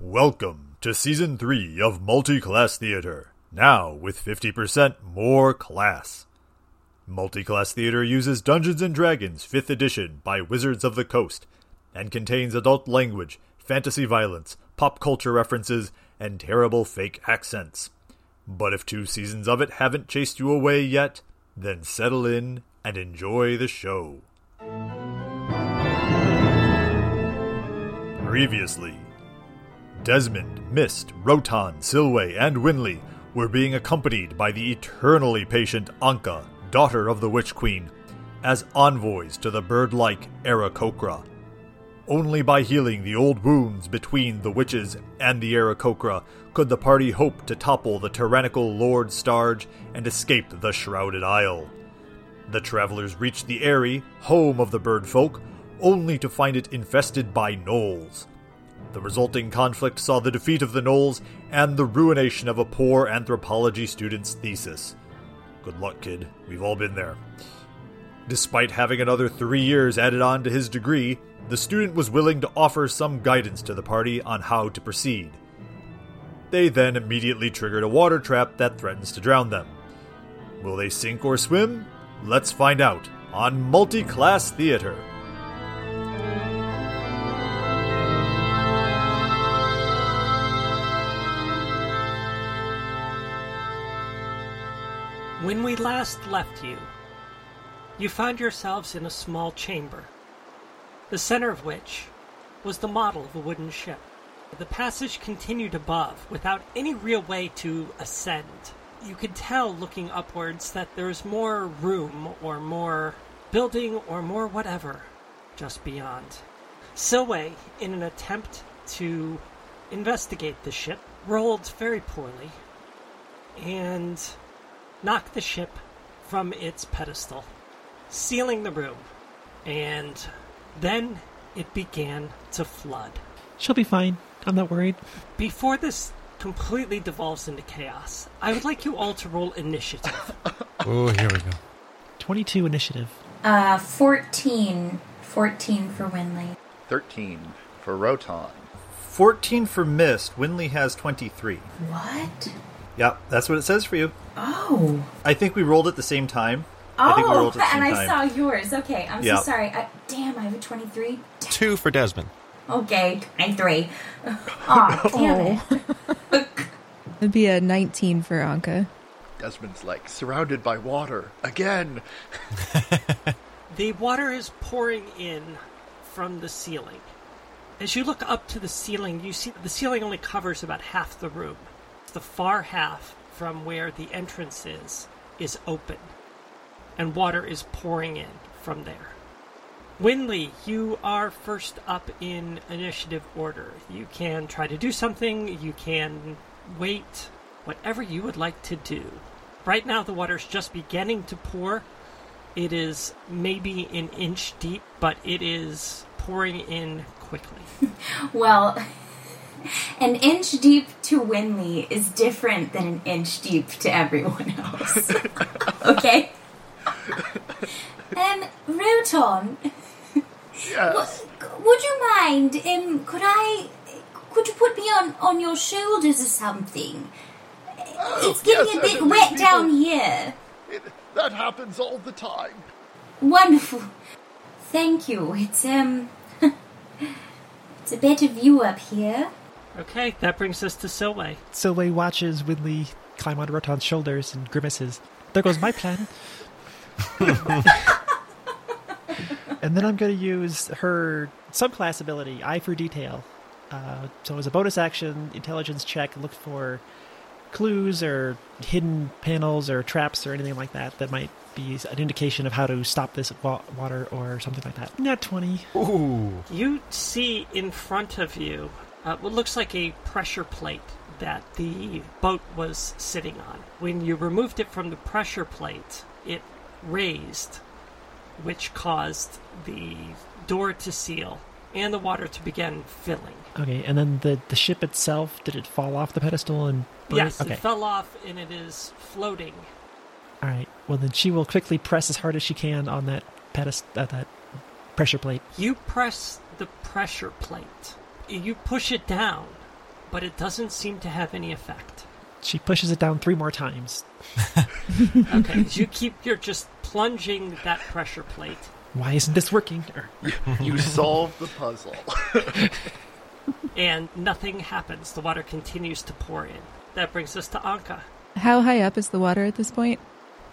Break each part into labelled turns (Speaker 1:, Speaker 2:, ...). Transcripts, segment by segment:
Speaker 1: Welcome to Season 3 of Multi Class Theater, now with 50% more class. Multi Class Theater uses Dungeons and Dragons 5th Edition by Wizards of the Coast and contains adult language, fantasy violence, pop culture references, and terrible fake accents. But if two seasons of it haven't chased you away yet, then settle in and enjoy the show. Previously, Desmond, Mist, Rotan, Silway, and Winley were being accompanied by the eternally patient Anka, daughter of the Witch Queen, as envoys to the bird like Arakokra. Only by healing the old wounds between the witches and the Arakokra could the party hope to topple the tyrannical Lord Starge and escape the Shrouded Isle. The travelers reached the Eyrie, home of the bird folk, only to find it infested by gnolls. The resulting conflict saw the defeat of the Knolls and the ruination of a poor anthropology student's thesis. Good luck, kid. We've all been there. Despite having another three years added on to his degree, the student was willing to offer some guidance to the party on how to proceed. They then immediately triggered a water trap that threatens to drown them. Will they sink or swim? Let's find out on Multi Class Theater.
Speaker 2: When we last left you, you found yourselves in a small chamber, the center of which was the model of a wooden ship. The passage continued above without any real way to ascend. You could tell looking upwards that there's more room or more building or more whatever just beyond. Silway, in an attempt to investigate the ship, rolled very poorly and knocked the ship from its pedestal, sealing the room, and then it began to flood.
Speaker 3: She'll be fine. I'm not worried.
Speaker 2: Before this completely devolves into chaos, I would like you all to roll initiative.
Speaker 4: Oh, here we go.
Speaker 3: 22 initiative.
Speaker 5: Uh, 14. 14 for Winley.
Speaker 6: 13 for Roton.
Speaker 1: 14 for Mist. Winley has 23.
Speaker 5: What?
Speaker 1: Yeah, that's what it says for you.
Speaker 5: Oh.
Speaker 1: I think we rolled at the same time. I think we
Speaker 5: Oh,
Speaker 1: rolled at the same
Speaker 5: and I
Speaker 1: time.
Speaker 5: saw yours. Okay, I'm
Speaker 1: Yeah.
Speaker 5: so sorry. I, damn, I have a 23.
Speaker 4: Two for Desmond.
Speaker 5: Okay, 23. Aw, damn it.
Speaker 7: It'd be a 19 for Anka.
Speaker 6: Desmond's like, surrounded by water. Again!
Speaker 2: The water is pouring in from the ceiling. As you look up to the ceiling, you see the ceiling only covers about half the room. The far half from where the entrance is is open, and water is pouring in from there. Winley, you are first up in initiative order. You can try to do something, you can wait, whatever you would like to do. Right now, the water's just beginning to pour, it is maybe an inch deep, but it is pouring in quickly.
Speaker 5: Well, an inch deep to Winley is different than an inch deep to everyone else. okay? And Roton,
Speaker 6: Yes!
Speaker 5: would you mind? Um, could I? Could you put me on on your shoulders or something? it's getting
Speaker 6: Oh, yes,
Speaker 5: a
Speaker 6: I
Speaker 5: bit
Speaker 6: don't
Speaker 5: wet
Speaker 6: know.
Speaker 5: down here.
Speaker 6: It, that happens all the time.
Speaker 5: Wonderful. Thank you. It's um, it's a better view up here.
Speaker 2: Okay, that brings us to Silway.
Speaker 3: Silway watches Winley climb on Roton's shoulders and grimaces. There goes my plan. and then I'm going to use her subclass ability, Eye for Detail. Uh, so, as a bonus action, intelligence check, look for clues or hidden panels or traps or anything like that that might be an indication of how to stop this wa- water or something like that. Not 20.
Speaker 4: Ooh.
Speaker 2: You see in front of you uh, what looks like a pressure plate that the boat was sitting on. When you removed it from the pressure plate, it raised, which caused the door to seal and the water to begin filling.
Speaker 3: Okay, and then the the ship itself did it fall off the pedestal and break?
Speaker 2: Yes,
Speaker 3: okay.
Speaker 2: it fell off and it is floating
Speaker 3: All right. Well, then she will quickly press as hard as she can on that pedestal, uh, that pressure plate.
Speaker 2: You press the pressure plate. You push it down, but it doesn't seem to have any effect.
Speaker 3: She pushes it down three more times.
Speaker 2: Okay, as you keep, you're just plunging that pressure plate.
Speaker 3: Why isn't this working? Or,
Speaker 6: You solve the puzzle.
Speaker 2: and nothing happens. The water continues to pour in. That brings us to Anka.
Speaker 7: How high up is the water at this point?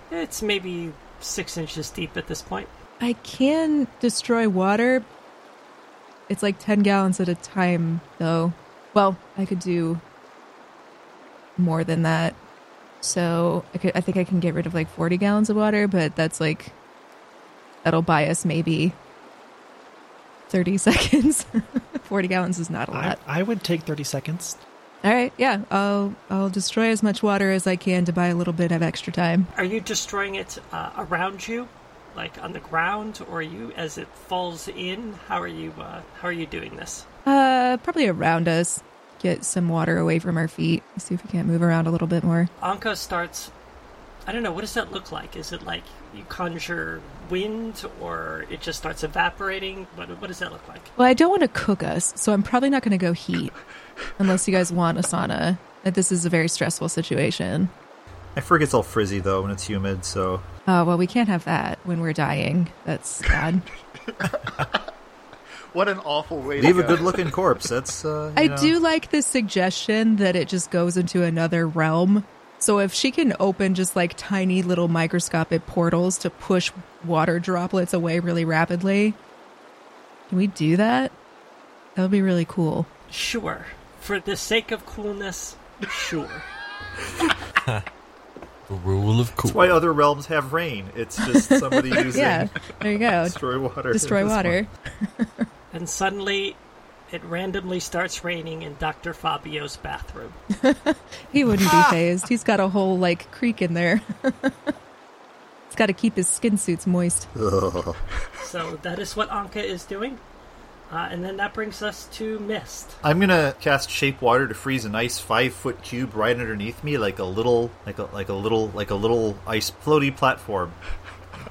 Speaker 2: It's maybe six inches deep at this point.
Speaker 7: I can destroy water. It's like 10 gallons at a time, though. Well, I could do more than that. So I, could, I think I can get rid of like 40 gallons of water, but that's like, that'll buy us maybe 30 seconds. 40 gallons is not a
Speaker 3: I,
Speaker 7: lot.
Speaker 3: I would take 30 seconds.
Speaker 7: All right, yeah, I'll I'll destroy as much water as I can to buy a little bit of extra time.
Speaker 2: Are you destroying it uh, around you, like on the ground, or are you as it falls in? How are you? Uh, how are you doing this?
Speaker 7: Uh, probably around us. Get some water away from our feet. See if we can't move around a little bit more.
Speaker 2: Anka starts. I don't know. What does that look like? Is it like you conjure wind, or it just starts evaporating? What, what does that look like?
Speaker 7: Well, I don't want to cook us, so I'm probably not going to go heat unless you guys want a sauna. Like, This is a very stressful situation.
Speaker 1: I fur gets all frizzy though when it's humid, so
Speaker 7: Oh, well, we can't have that when we're dying. That's bad.
Speaker 6: what an awful way
Speaker 1: leave
Speaker 6: to
Speaker 1: a
Speaker 6: go.
Speaker 1: good-looking corpse. That's uh, you
Speaker 7: I
Speaker 1: know.
Speaker 7: do like the suggestion that it just goes into another realm. So if she can open just like tiny little microscopic portals to push water droplets away really rapidly, can we do that? That would be really cool.
Speaker 2: Sure. For the sake of coolness, sure.
Speaker 8: The rule of cool.
Speaker 1: That's why other realms have rain. It's just somebody using
Speaker 7: Yeah, there you go.
Speaker 1: destroy water.
Speaker 7: Destroy
Speaker 1: This one.
Speaker 7: water.
Speaker 2: And suddenly, it randomly starts raining in Dr. Fabio's bathroom.
Speaker 7: He wouldn't be phased. He's got a whole like creek in there. He's got to keep his skin suits moist.
Speaker 1: Ugh.
Speaker 2: so that is what Anka is doing. Uh, and then that brings us to Mist.
Speaker 1: I'm gonna cast shape water to freeze a nice five foot cube right underneath me, like a little, like a like a little, like a little ice floaty platform,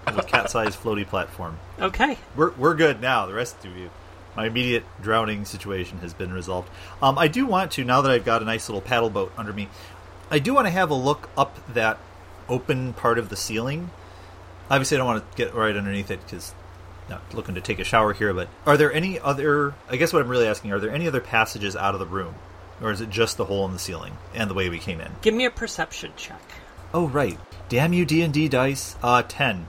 Speaker 1: a little cat sized floaty platform.
Speaker 2: Okay.
Speaker 1: We're we're good now. The rest of you, my immediate drowning situation has been resolved. Um, I do want to now that I've got a nice little paddle boat under me. I do want to have a look up that open part of the ceiling. Obviously, I don't want to get right underneath it because not looking to take a shower here. But are there any other? I guess what I'm really asking: Are there any other passages out of the room, or is it just the hole in the ceiling and the way we came in?
Speaker 2: Give me a perception check.
Speaker 1: Oh, right. Damn you, D and D dice. Uh, ten.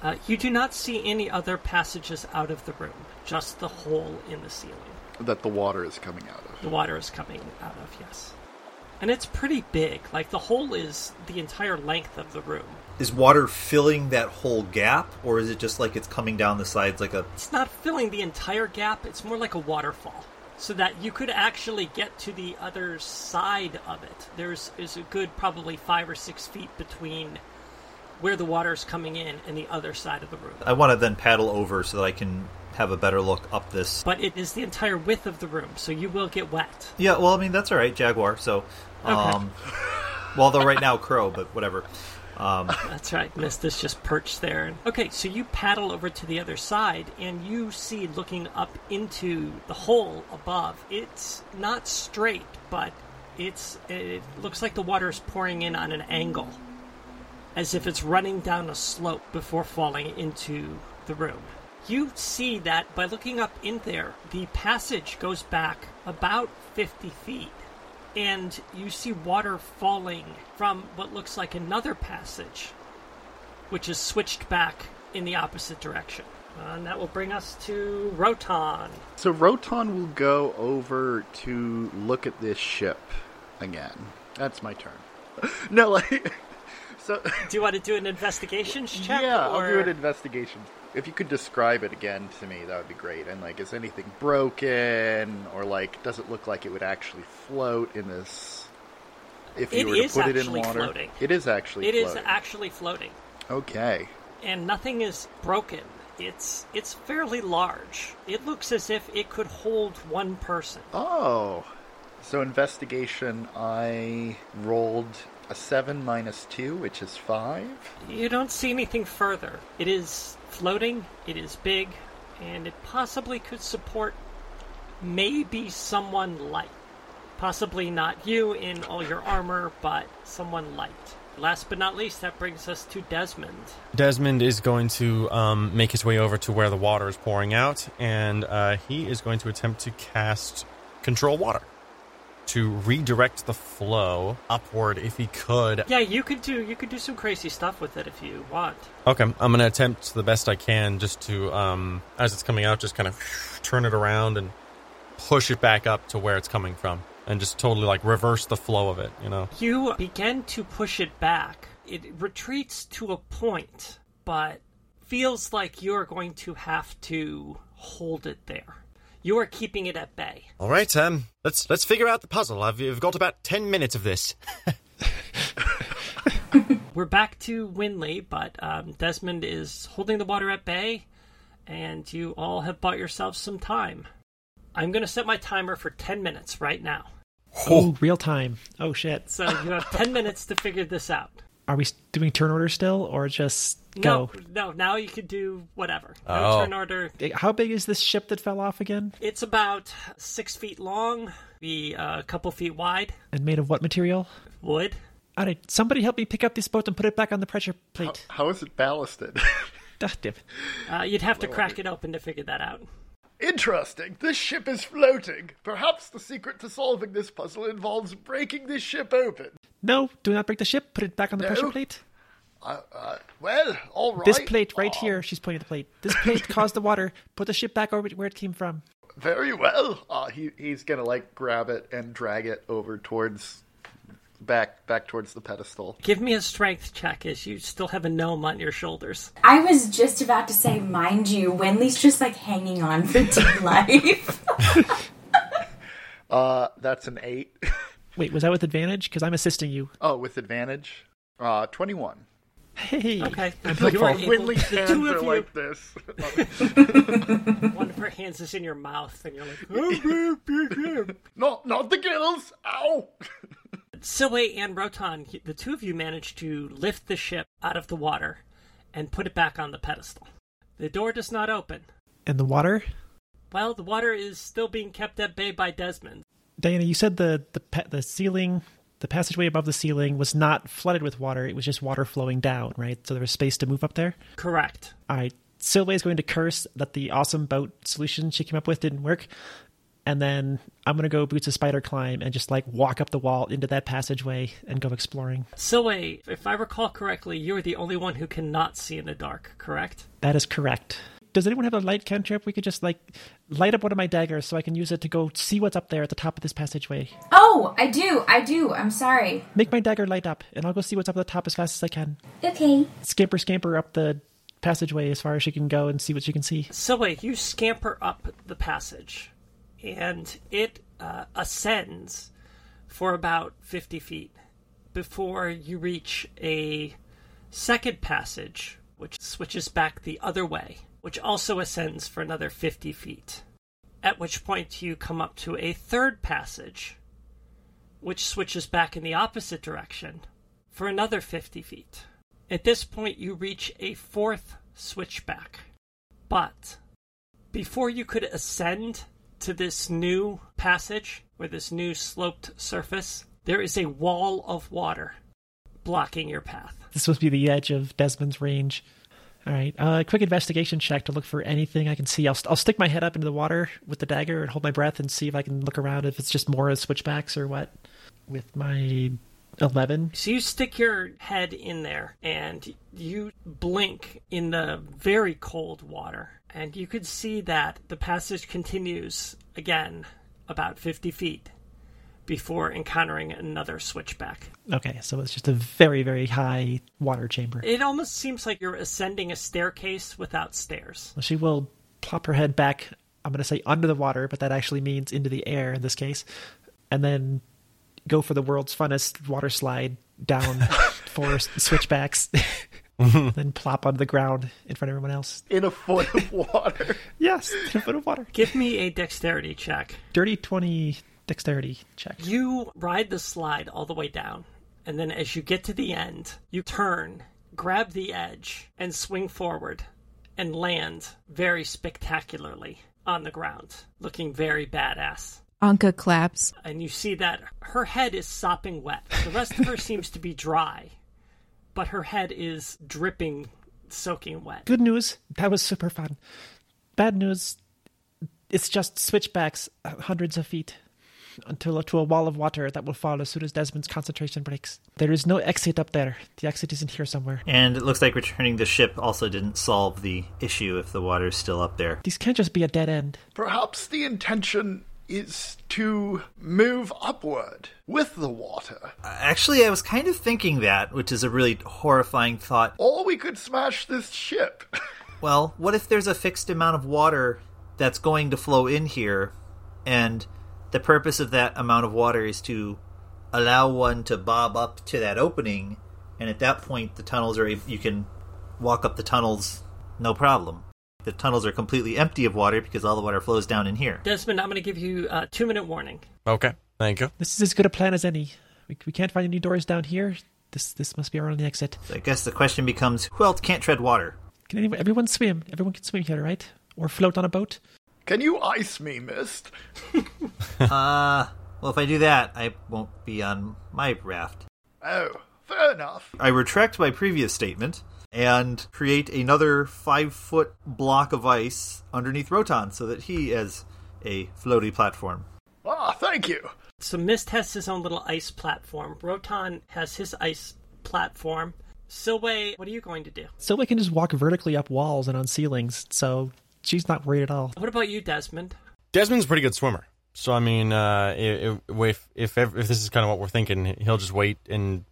Speaker 2: Uh, you do not see any other passages out of the room, just the hole in the ceiling.
Speaker 6: That the water is coming out of.
Speaker 2: The water is coming out of, yes. And it's pretty big. Like, the hole is the entire length of the room.
Speaker 1: Is water filling that whole gap, or is it just like it's coming down the sides like a
Speaker 2: It's not filling the entire gap, it's more like a waterfall. So that you could actually get to the other side of it. There's is a good probably five or six feet between where the water is coming in and the other side of the room.
Speaker 1: I want to then paddle over so that I can have a better look up this.
Speaker 2: But it is the entire width of the room, so you will get wet.
Speaker 1: Yeah, well, I mean that's all right, Jaguar. So, um, well, though right now Crow, but whatever. Um,
Speaker 2: That's right, Mist is just perched there. Okay, so you paddle over to the other side, and you see looking up into the hole above. It's not straight, but it's it looks like the water is pouring in on an angle, as if it's running down a slope before falling into the room. You see that by looking up in there, the passage goes back about 50 feet and you see water falling from what looks like another passage, which is switched back in the opposite direction. Uh, And that will bring us to Roton.
Speaker 6: So Roton will go over to look at this ship again. That's my turn. no, like so.
Speaker 2: Do you want to do an investigations check?
Speaker 6: yeah,
Speaker 2: or...
Speaker 6: I'll do an investigation. If you could describe it again to me, that would be great. And like, is anything broken, or like, does it look like it would actually float in this? If you
Speaker 2: It
Speaker 6: were to
Speaker 2: is
Speaker 6: put it in
Speaker 2: actually
Speaker 6: water,
Speaker 2: floating.
Speaker 6: it is actually
Speaker 2: It is
Speaker 6: floating.
Speaker 2: actually floating,
Speaker 6: okay.
Speaker 2: and nothing is broken. It's it's fairly large. It looks as if it could hold one person.
Speaker 6: Oh, so investigation. I rolled a seven minus two, which is five.
Speaker 2: You don't see anything further. It is floating, it is big, and it possibly could support maybe someone light. Possibly not you in all your armor, but someone light. Last but not least, that brings us to Desmond.
Speaker 4: Desmond is going to um, make his way over to where the water is pouring out, and uh, he is going to attempt to cast Control Water to redirect the flow upward if he could.
Speaker 2: Yeah, you could do you could do some crazy stuff with it if you want.
Speaker 4: Okay, I'm going to attempt the best I can just to, um, as it's coming out, just kind of turn it around and push it back up to where it's coming from, and just totally like reverse the flow of it, you know?
Speaker 2: You begin to push it back. It retreats to a point, but feels like you are going to have to hold it there. You are keeping it at bay.
Speaker 4: All right, um, let's let's figure out the puzzle. I've, I've got about ten minutes of this.
Speaker 2: We're back to Winley, but um, Desmond is holding the water at bay, and you all have bought yourselves some time. I'm going to set my timer for 10 minutes right now.
Speaker 3: Oh, real time. Oh shit.
Speaker 2: So you have 10 minutes to figure this out.
Speaker 3: Are we s- doing turn order still, or just
Speaker 2: No,
Speaker 3: go?
Speaker 2: no, now you can do whatever. No
Speaker 4: Oh.
Speaker 2: turn order.
Speaker 3: Eh, How big is this ship that fell off again?
Speaker 2: It's about six feet long, be uh, a couple feet wide.
Speaker 3: And made of what material?
Speaker 2: Wood.
Speaker 3: All right, somebody help me pick up this boat and put it back on the pressure plate.
Speaker 2: Oh.
Speaker 6: How is it ballasted?
Speaker 3: Ah, damn it.
Speaker 2: Uh, you'd have to crack it open to figure that out.
Speaker 6: Interesting. This ship is floating. Perhaps the secret to solving this puzzle involves breaking this ship open.
Speaker 3: No, do not break the ship. Put it back on the pressure
Speaker 6: No.
Speaker 3: plate.
Speaker 6: Uh, uh, well, all right.
Speaker 3: This plate right
Speaker 6: Uh,
Speaker 3: here. She's pointing at the plate. This plate caused the water. Put the ship back over to where it came from.
Speaker 6: Uh, Very well. Uh, he he's gonna like grab it and drag it over towards back back towards the pedestal.
Speaker 2: Give me a strength check as you still have a gnome on your shoulders.
Speaker 5: I was just about to say, mind you, Winley's just like hanging on for dear life.
Speaker 6: Uh, that's an eight.
Speaker 3: Wait, was that with advantage? Because I'm assisting you.
Speaker 6: oh, with advantage. Uh, twenty-one.
Speaker 3: Hey.
Speaker 2: Okay.
Speaker 3: I'm
Speaker 2: You are
Speaker 3: helpful.
Speaker 2: able- Oh. the two of you,
Speaker 6: this.
Speaker 2: one of her hands is in your mouth, and you're "Oh, like,
Speaker 6: not not the gills. Ow.
Speaker 2: Silway and Rotan, the two of you manage to lift the ship out of the water and put it back on the pedestal. The door does not open.
Speaker 3: And the water?
Speaker 2: Well, the water is still being kept at bay by Desmond.
Speaker 3: Diana, you said the the pa- the ceiling, the passageway above the ceiling was not flooded with water. It was just water flowing down, right? So there was space to move up there.
Speaker 2: Correct.
Speaker 3: All right. Sylvia is going to curse that the awesome boat solution she came up with didn't work. And then I'm going to go boots a spider climb and just like walk up the wall into that passageway and go exploring.
Speaker 2: Silway, if I recall correctly, you are the only one who cannot see in the dark, correct?
Speaker 3: That is correct. Does anyone have a light cantrip? We could just like light up one of my daggers so I can use it to go see what's up there at the top of this passageway.
Speaker 5: oh, I do, I do. I'm sorry.
Speaker 3: Make my dagger light up and I'll go see what's up at the top as fast as I can.
Speaker 5: Okay.
Speaker 3: Scamper, scamper up the passageway as far as she can go and see what she can see.
Speaker 2: Silway, you scamper up the passage, and it uh, ascends for about 50 feet before you reach a second passage, which switches back the other way, which also ascends for another 50 feet. At which point you come up to a third passage, which switches back in the opposite direction for another 50 feet. At this point, you reach a fourth switchback. But before you could ascend to this new passage or this new sloped surface, there is a wall of water blocking your path.
Speaker 3: This must be the edge of Desmond's range. All right, uh, quick investigation check to look for anything I can see. I'll, I'll stick my head up into the water with the dagger and hold my breath and see if I can look around if it's just more switchbacks or what. With my eleven,
Speaker 2: So you stick your head in there and you blink in the very cold water. And you could see that the passage continues again about 50 feet before encountering another switchback.
Speaker 3: okay, so it's just a very very high water chamber.
Speaker 2: It almost seems like you're ascending a staircase without stairs.
Speaker 3: Well, she will plop her head back. I'm going to say under the water, but that actually means into the air in this case, and then go for the world's funnest water slide down for s- switchbacks, then plop onto the ground in front of everyone else.
Speaker 6: In a foot of water.
Speaker 3: Yes, in a foot of water.
Speaker 2: Give me a dexterity check.
Speaker 3: Dirty twenty dexterity check.
Speaker 2: You ride the slide all the way down, and then as you get to the end, you turn, grab the edge, and swing forward and land very spectacularly on the ground, looking very badass.
Speaker 7: Anka claps.
Speaker 2: and you see that her head is sopping wet. The rest of her seems to be dry, but her head is dripping, soaking wet.
Speaker 3: Good news, that was super fun. Bad news, it's just switchbacks uh, hundreds of feet until to a wall of water that will fall as soon as Desmond's concentration breaks. There is no exit up there. The exit isn't here somewhere.
Speaker 1: And it looks like returning the ship also didn't solve the issue if the water's still up there.
Speaker 3: These can't just be a dead end.
Speaker 6: Perhaps the intention is to move upward with the water.
Speaker 1: Actually, I was kind of thinking that, which is a really horrifying thought.
Speaker 6: Or we could smash this ship.
Speaker 1: Well, what if there's a fixed amount of water that's going to flow in here, and the purpose of that amount of water is to allow one to bob up to that opening, and at that point the tunnels are you can walk up the tunnels no problem. The tunnels are completely empty of water because all the water flows down in here.
Speaker 2: Desmond, I'm going to give you a two minute warning.
Speaker 4: Okay. Thank you.
Speaker 3: This is as good a plan as any. We, we can't find any doors down here. This this must be our only exit.
Speaker 1: So I guess the question becomes who else can't tread water?
Speaker 3: Can anyone, everyone swim? Everyone can swim here, right? Or float on a boat?
Speaker 6: Can you ice me, Mist?
Speaker 1: uh, well, if I do that, I won't be on my raft.
Speaker 6: Oh, fair enough.
Speaker 1: I retract my previous statement and create another five foot block of ice underneath Rotan so that he has a floaty platform.
Speaker 6: Ah, thank you.
Speaker 2: So Mist has his own little ice platform. Rotan has his ice platform. Silway, what are you going to do?
Speaker 3: So we can just walk vertically up walls and on ceilings, so she's not worried at all.
Speaker 2: What about you, Desmond?
Speaker 4: Desmond's a pretty good swimmer. So I mean, uh, if if if, ev- if this is kind of what we're thinking, he'll just wait and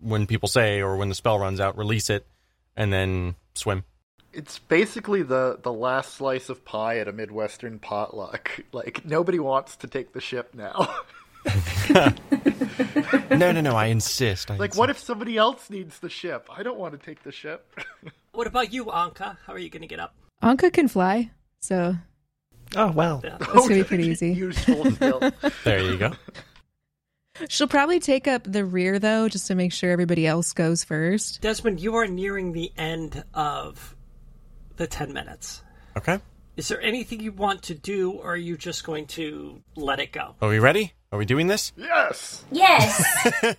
Speaker 4: when people say or when the spell runs out, release it and then swim.
Speaker 6: It's basically the, the last slice of pie at a Midwestern potluck. Like, nobody wants to take the ship now.
Speaker 4: No, no, no. I insist. I
Speaker 6: like, what if somebody else needs the ship? I don't want to take the ship.
Speaker 2: What about you, Anka? How are you going to get up?
Speaker 7: Anka can fly, so
Speaker 3: Oh well.
Speaker 7: That's gonna be pretty easy.
Speaker 6: Useful skill.
Speaker 4: There you go.
Speaker 7: she'll probably take up the rear though, just to make sure everybody else goes first.
Speaker 2: Desmond, you are nearing the end of the 10 minutes.
Speaker 4: Okay.
Speaker 2: Is there anything you want to do, or are you just going to let it go?
Speaker 4: Are we ready? Are we doing this?
Speaker 6: yes!
Speaker 5: Yes.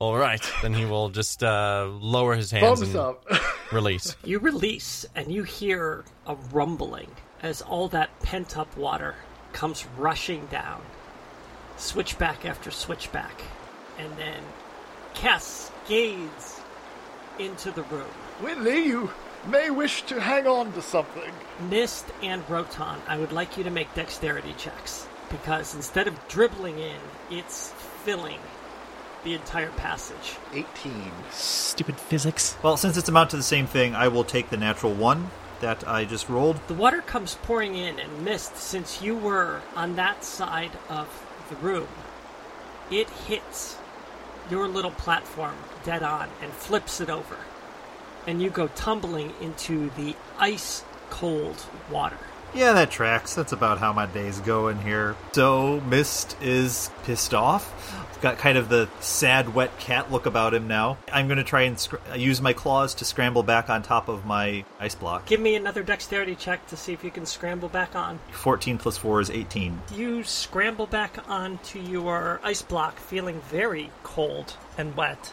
Speaker 4: All right. Then he will just uh, lower his hands
Speaker 6: Thumbs
Speaker 4: and
Speaker 6: up.
Speaker 4: release.
Speaker 2: You release, and you hear a rumbling as all that pent up water comes rushing down, switchback after switchback, and then cascades into the room.
Speaker 6: Winley, you may wish to hang on to something.
Speaker 2: Mist and Roton, I would like you to make dexterity checks because instead of dribbling in, it's filling the entire passage.
Speaker 6: 18.
Speaker 3: Stupid physics.
Speaker 1: Well, since it's amount to the same thing, I will take the natural one that I just rolled.
Speaker 2: The water comes pouring in, and mist, since you were on that side of the room, it hits your little platform dead on and flips it over. And you go tumbling into the ice cold water.
Speaker 1: Yeah, that tracks. That's about how my days go in here. So Mist is pissed off. He's got kind of the sad, wet cat look about him now. I'm going to try and scr- use my claws to scramble back on top of my ice block.
Speaker 2: Give me another dexterity check to see if you can scramble back on.
Speaker 1: 14 plus 4 is 18.
Speaker 2: You scramble back onto your ice block, feeling very cold and wet,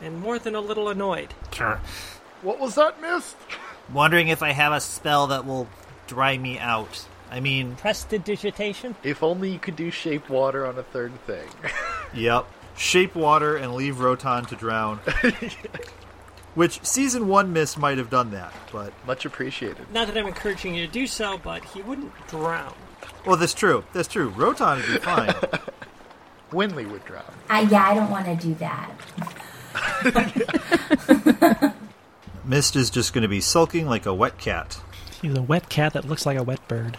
Speaker 2: and more than a little annoyed.
Speaker 6: What was that, Mist?
Speaker 1: Wondering if I have a spell that will dry me out. I mean,
Speaker 2: Prestidigitation?
Speaker 6: If only you could do shape water on a third thing.
Speaker 1: Yep. Shape water and leave Rotan to drown. Which season one Mist might have done that, but
Speaker 6: Much appreciated.
Speaker 2: Not that I'm encouraging you to do so, but he wouldn't drown.
Speaker 1: well, that's true. That's true. Rotan would be fine.
Speaker 6: Winley would drown.
Speaker 5: I, yeah, I don't want to do that.
Speaker 1: Mist is just going to be sulking like a wet cat.
Speaker 3: He's a wet cat that looks like a wet bird.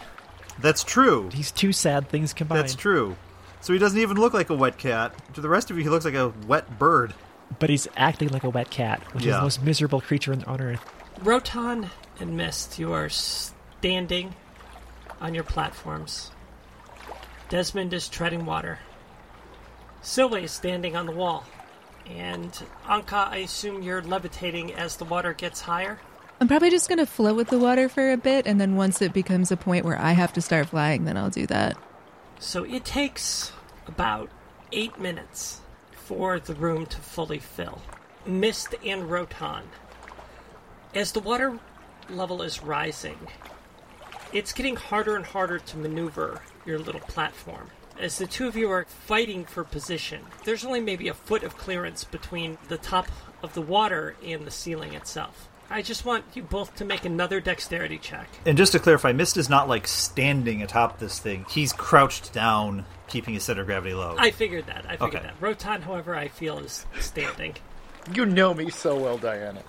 Speaker 1: That's true.
Speaker 3: He's two sad things combined.
Speaker 1: That's true. So he doesn't even look like a wet cat. To the rest of you, he looks like a wet bird.
Speaker 3: But he's acting like a wet cat, which is
Speaker 1: Yeah.
Speaker 3: the most miserable creature on- on earth.
Speaker 2: Roton and Mist, you are standing on your platforms. Desmond is treading water. Silway is standing on the wall. And Anka, I assume you're levitating as the water gets higher?
Speaker 7: I'm probably just gonna float with the water for a bit, and then once it becomes a point where I have to start flying, then I'll do that.
Speaker 2: So it takes about eight minutes for the room to fully fill. Mist and Rotan. As the water level is rising, it's getting harder and harder to maneuver your little platform. As the two of you are fighting for position, there's only maybe a foot of clearance between the top of the water and the ceiling itself. I just want you both to make another dexterity check.
Speaker 1: And just to clarify, Mist is not like standing atop this thing. He's crouched down, keeping his center of gravity low.
Speaker 2: I figured that. I figured
Speaker 1: Okay.
Speaker 2: that. Rotan, however, I feel is standing.
Speaker 6: You know me so well, Diana.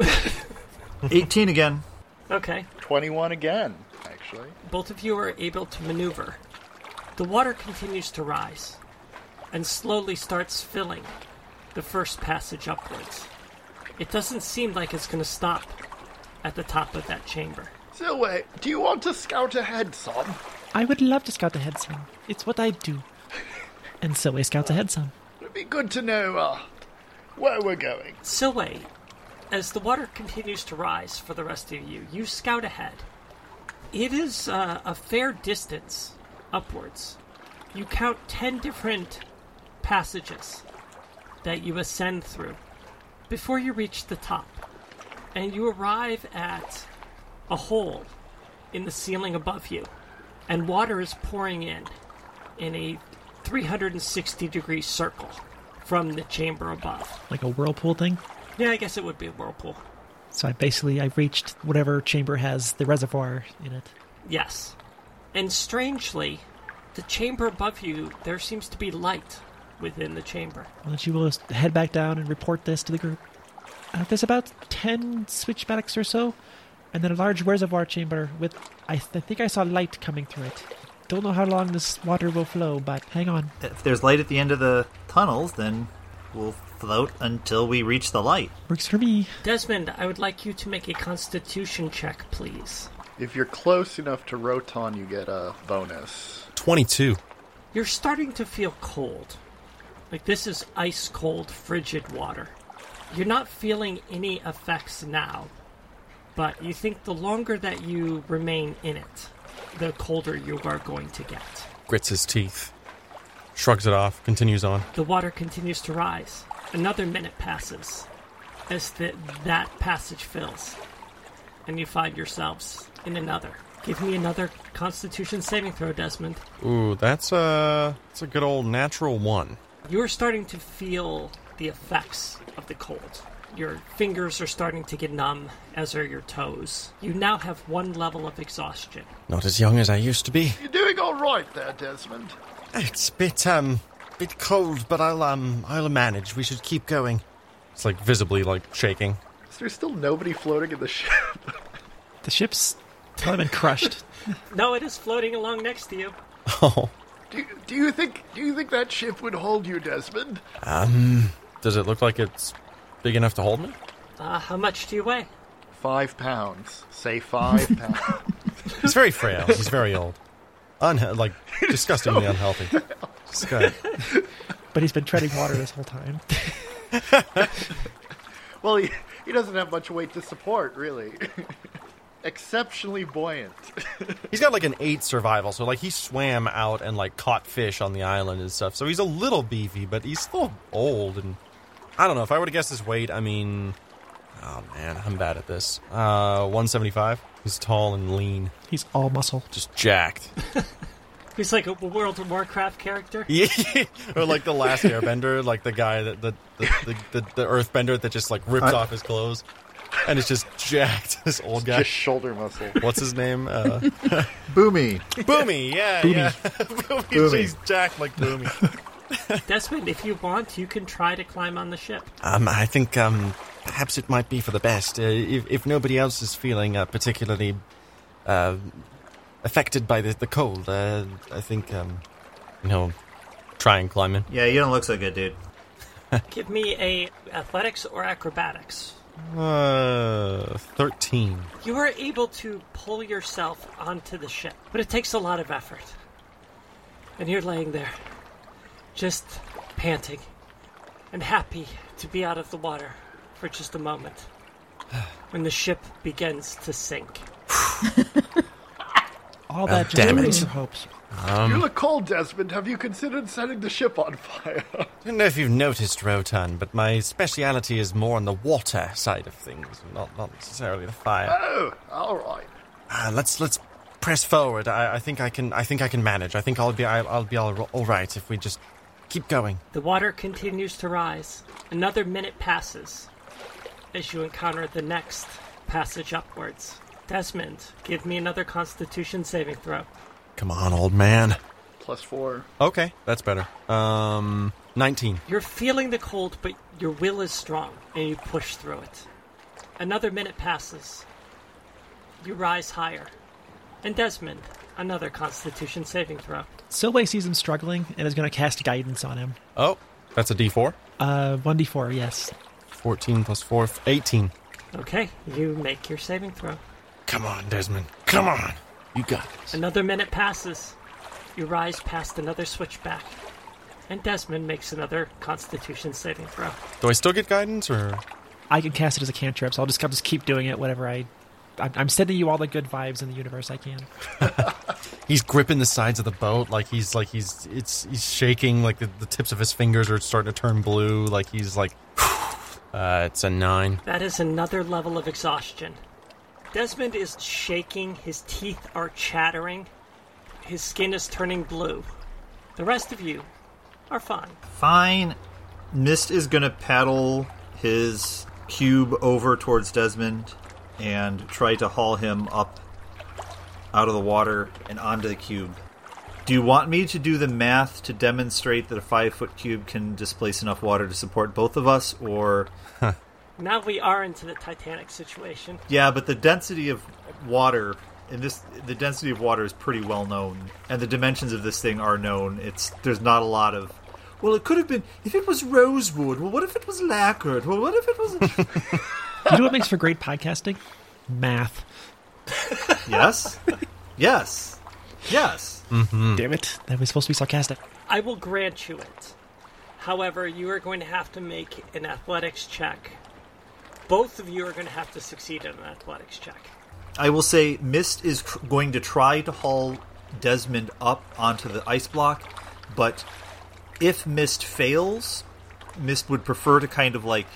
Speaker 1: 18 again.
Speaker 2: Okay.
Speaker 6: 21 again, actually.
Speaker 2: both of you are able to maneuver. The water continues to rise and slowly starts filling the first passage upwards. It doesn't seem like it's going to stop at the top of that chamber.
Speaker 6: Silway, uh, do you want to scout ahead, son?
Speaker 3: I would love to scout ahead some. It's what I do. And so we scouts ahead some.
Speaker 6: It'd be good to know uh, where we're going.
Speaker 2: Silway, as the water continues to rise for the rest of you, you scout ahead. It is uh, a fair distance upwards. You count 10 different passages that you ascend through before you reach the top. And you arrive at a hole in the ceiling above you, and water is pouring in in a 360 degree circle from the chamber above.
Speaker 3: Like a whirlpool thing.
Speaker 2: Yeah, I guess it would be a whirlpool.
Speaker 3: So I basically I reached whatever chamber has the reservoir in it.
Speaker 2: Yes. And strangely, the chamber above you, there seems to be light within the chamber.
Speaker 3: Well, then she will just head back down and report this to the group. Uh, there's about ten switchbacks or so, and then a large reservoir chamber with I, th- I think I saw light coming through it. Don't know how long this water will flow, but hang on.
Speaker 1: If there's light at the end of the tunnels, then we'll float until we reach the light.
Speaker 3: Works for me.
Speaker 2: Desmond, I would like you to make a constitution check, please.
Speaker 6: If you're close enough to Roton, you get a bonus.
Speaker 4: 22.
Speaker 2: You're starting to feel cold. Like this is ice cold, frigid water. You're not feeling any effects now, but you think the longer that you remain in it, the colder you are going to get.
Speaker 4: Grits his teeth. Shrugs it off. Continues on.
Speaker 2: The water continues to rise. Another minute passes as the, that passage fills, and you find yourselves in another. Give me another Constitution saving throw, Desmond.
Speaker 4: Ooh, that's a, that's a good old natural one.
Speaker 2: You're starting to feel the effects of the cold. Your fingers are starting to get numb, as are your toes. You now have one level of exhaustion.
Speaker 4: Not as young as I used to be.
Speaker 6: You're doing all right there, Desmond.
Speaker 4: It's a bit um bit cold, but I'll um I'll manage. We should keep going. It's like visibly like shaking.
Speaker 6: Is there still nobody floating in the ship?
Speaker 3: The ship's probably been crushed.
Speaker 2: No, it is floating along next to you.
Speaker 4: Oh.
Speaker 6: Do, do you think do you think that ship would hold you, Desmond?
Speaker 4: Does it look like it's big enough to hold me?
Speaker 2: Uh, how much do you weigh?
Speaker 6: Five pounds. Say five pounds.
Speaker 4: He's very frail. He's very old. Unha- like disgustingly unhealthy. Disgust-
Speaker 3: but he's been treading water this whole time.
Speaker 6: well, he, he doesn't have much weight to support, really. Exceptionally buoyant.
Speaker 4: He's got like an eight survival, so like he swam out and like caught fish on the island and stuff. So he's a little beefy, but he's still old and I don't know. If I were to guess his weight, I mean, oh man, I'm bad at this. Uh, 175. He's tall and lean,
Speaker 3: He's all muscle.
Speaker 4: just jacked.
Speaker 2: He's like a World of Warcraft character.
Speaker 4: Yeah, or like the last Airbender, like the guy that the the, the, the, the Earthbender that just like ripped off his clothes, and it's just jacked. This old guy.
Speaker 6: Just shoulder muscle.
Speaker 4: What's his name? Uh,
Speaker 9: Boomy.
Speaker 4: Boomy. Yeah, Boomy. yeah. Boomy.
Speaker 9: Boomy.
Speaker 4: He's jacked like Boomy.
Speaker 2: Desmond, if you want, you can try to climb on the ship.
Speaker 4: Um, I think um, perhaps it might be for the best uh, if if nobody else is feeling uh, particularly uh, affected by the the cold. Uh, I think um, you know, try and climb in.
Speaker 1: Yeah, you don't look so good, dude.
Speaker 2: Give me a athletics or acrobatics.
Speaker 4: Uh, thirteen.
Speaker 2: You are able to pull yourself onto the ship, but it takes a lot of effort. And you're laying there, just panting and happy to be out of the water for just a moment when the ship begins to sink.
Speaker 3: all that just
Speaker 4: Oh, damn
Speaker 3: ruins
Speaker 4: it.
Speaker 3: your hopes.
Speaker 6: you look cold, Desmond. Have you considered setting the ship on fire?
Speaker 4: I don't know if you've noticed, Rotan, but my speciality is more on the water side of things, not not necessarily the fire.
Speaker 6: oh, all right.
Speaker 4: Uh, let's let's press forward. I, I think I can. I think I can manage. I think I'll be. I'll, I'll be all, all right if we just keep going.
Speaker 2: The water continues to rise. Another minute passes as you encounter the next passage upwards. Desmond, give me another Constitution saving throw.
Speaker 4: Come on, old man.
Speaker 6: Plus four.
Speaker 4: Okay, that's better. Um, nineteen.
Speaker 2: You're feeling the cold, but your will is strong, and you push through it. Another minute passes. You rise higher. And Desmond, another Constitution saving throw.
Speaker 3: Silway sees him struggling and is going to cast guidance on him.
Speaker 4: Oh, that's a D four.
Speaker 3: Uh, 1d4, yes.
Speaker 4: Fourteen plus four, f- eighteen.
Speaker 2: Okay, you make your saving throw.
Speaker 4: Come on, Desmond. Come on. You got this.
Speaker 2: Another minute passes. You rise past another switchback. And Desmond makes another Constitution saving throw.
Speaker 4: Do I still get guidance or?
Speaker 3: I can cast it as a cantrip, so I'll just, I'll just keep doing it whenever I. I'm, I'm sending you all the good vibes in the universe I can.
Speaker 4: He's gripping the sides of the boat like he's like he's it's he's shaking like the, the tips of his fingers are starting to turn blue like he's like uh it's a 9.
Speaker 2: That is another level of exhaustion. Desmond is shaking, his teeth are chattering, his skin is turning blue. The rest of you are fine.
Speaker 1: Fine. Mist is going to paddle his cube over towards Desmond and try to haul him up out of the water and onto the cube. Do you want me to do the math to demonstrate that a five foot cube can displace enough water to support both of us? Or,
Speaker 2: Now we are into the Titanic situation.
Speaker 1: yeah, but the density of water. And this, the density of water is pretty well known, and the dimensions of this thing are known. It's there's not a lot of. Well, it could have been if it was rosewood. Well, what if it was lacquered? Well, what if it was?
Speaker 3: You know what makes for great podcasting? Math.
Speaker 1: Yes. yes. Yes.
Speaker 3: Damn it. That was supposed to be sarcastic.
Speaker 2: I will grant you it. However, you are going to have to make an athletics check. Both of you are going to have to succeed in an athletics check.
Speaker 1: I will say Mist is tr- going to try to haul Desmond up onto the ice block, but if Mist fails, Mist would prefer to kind of like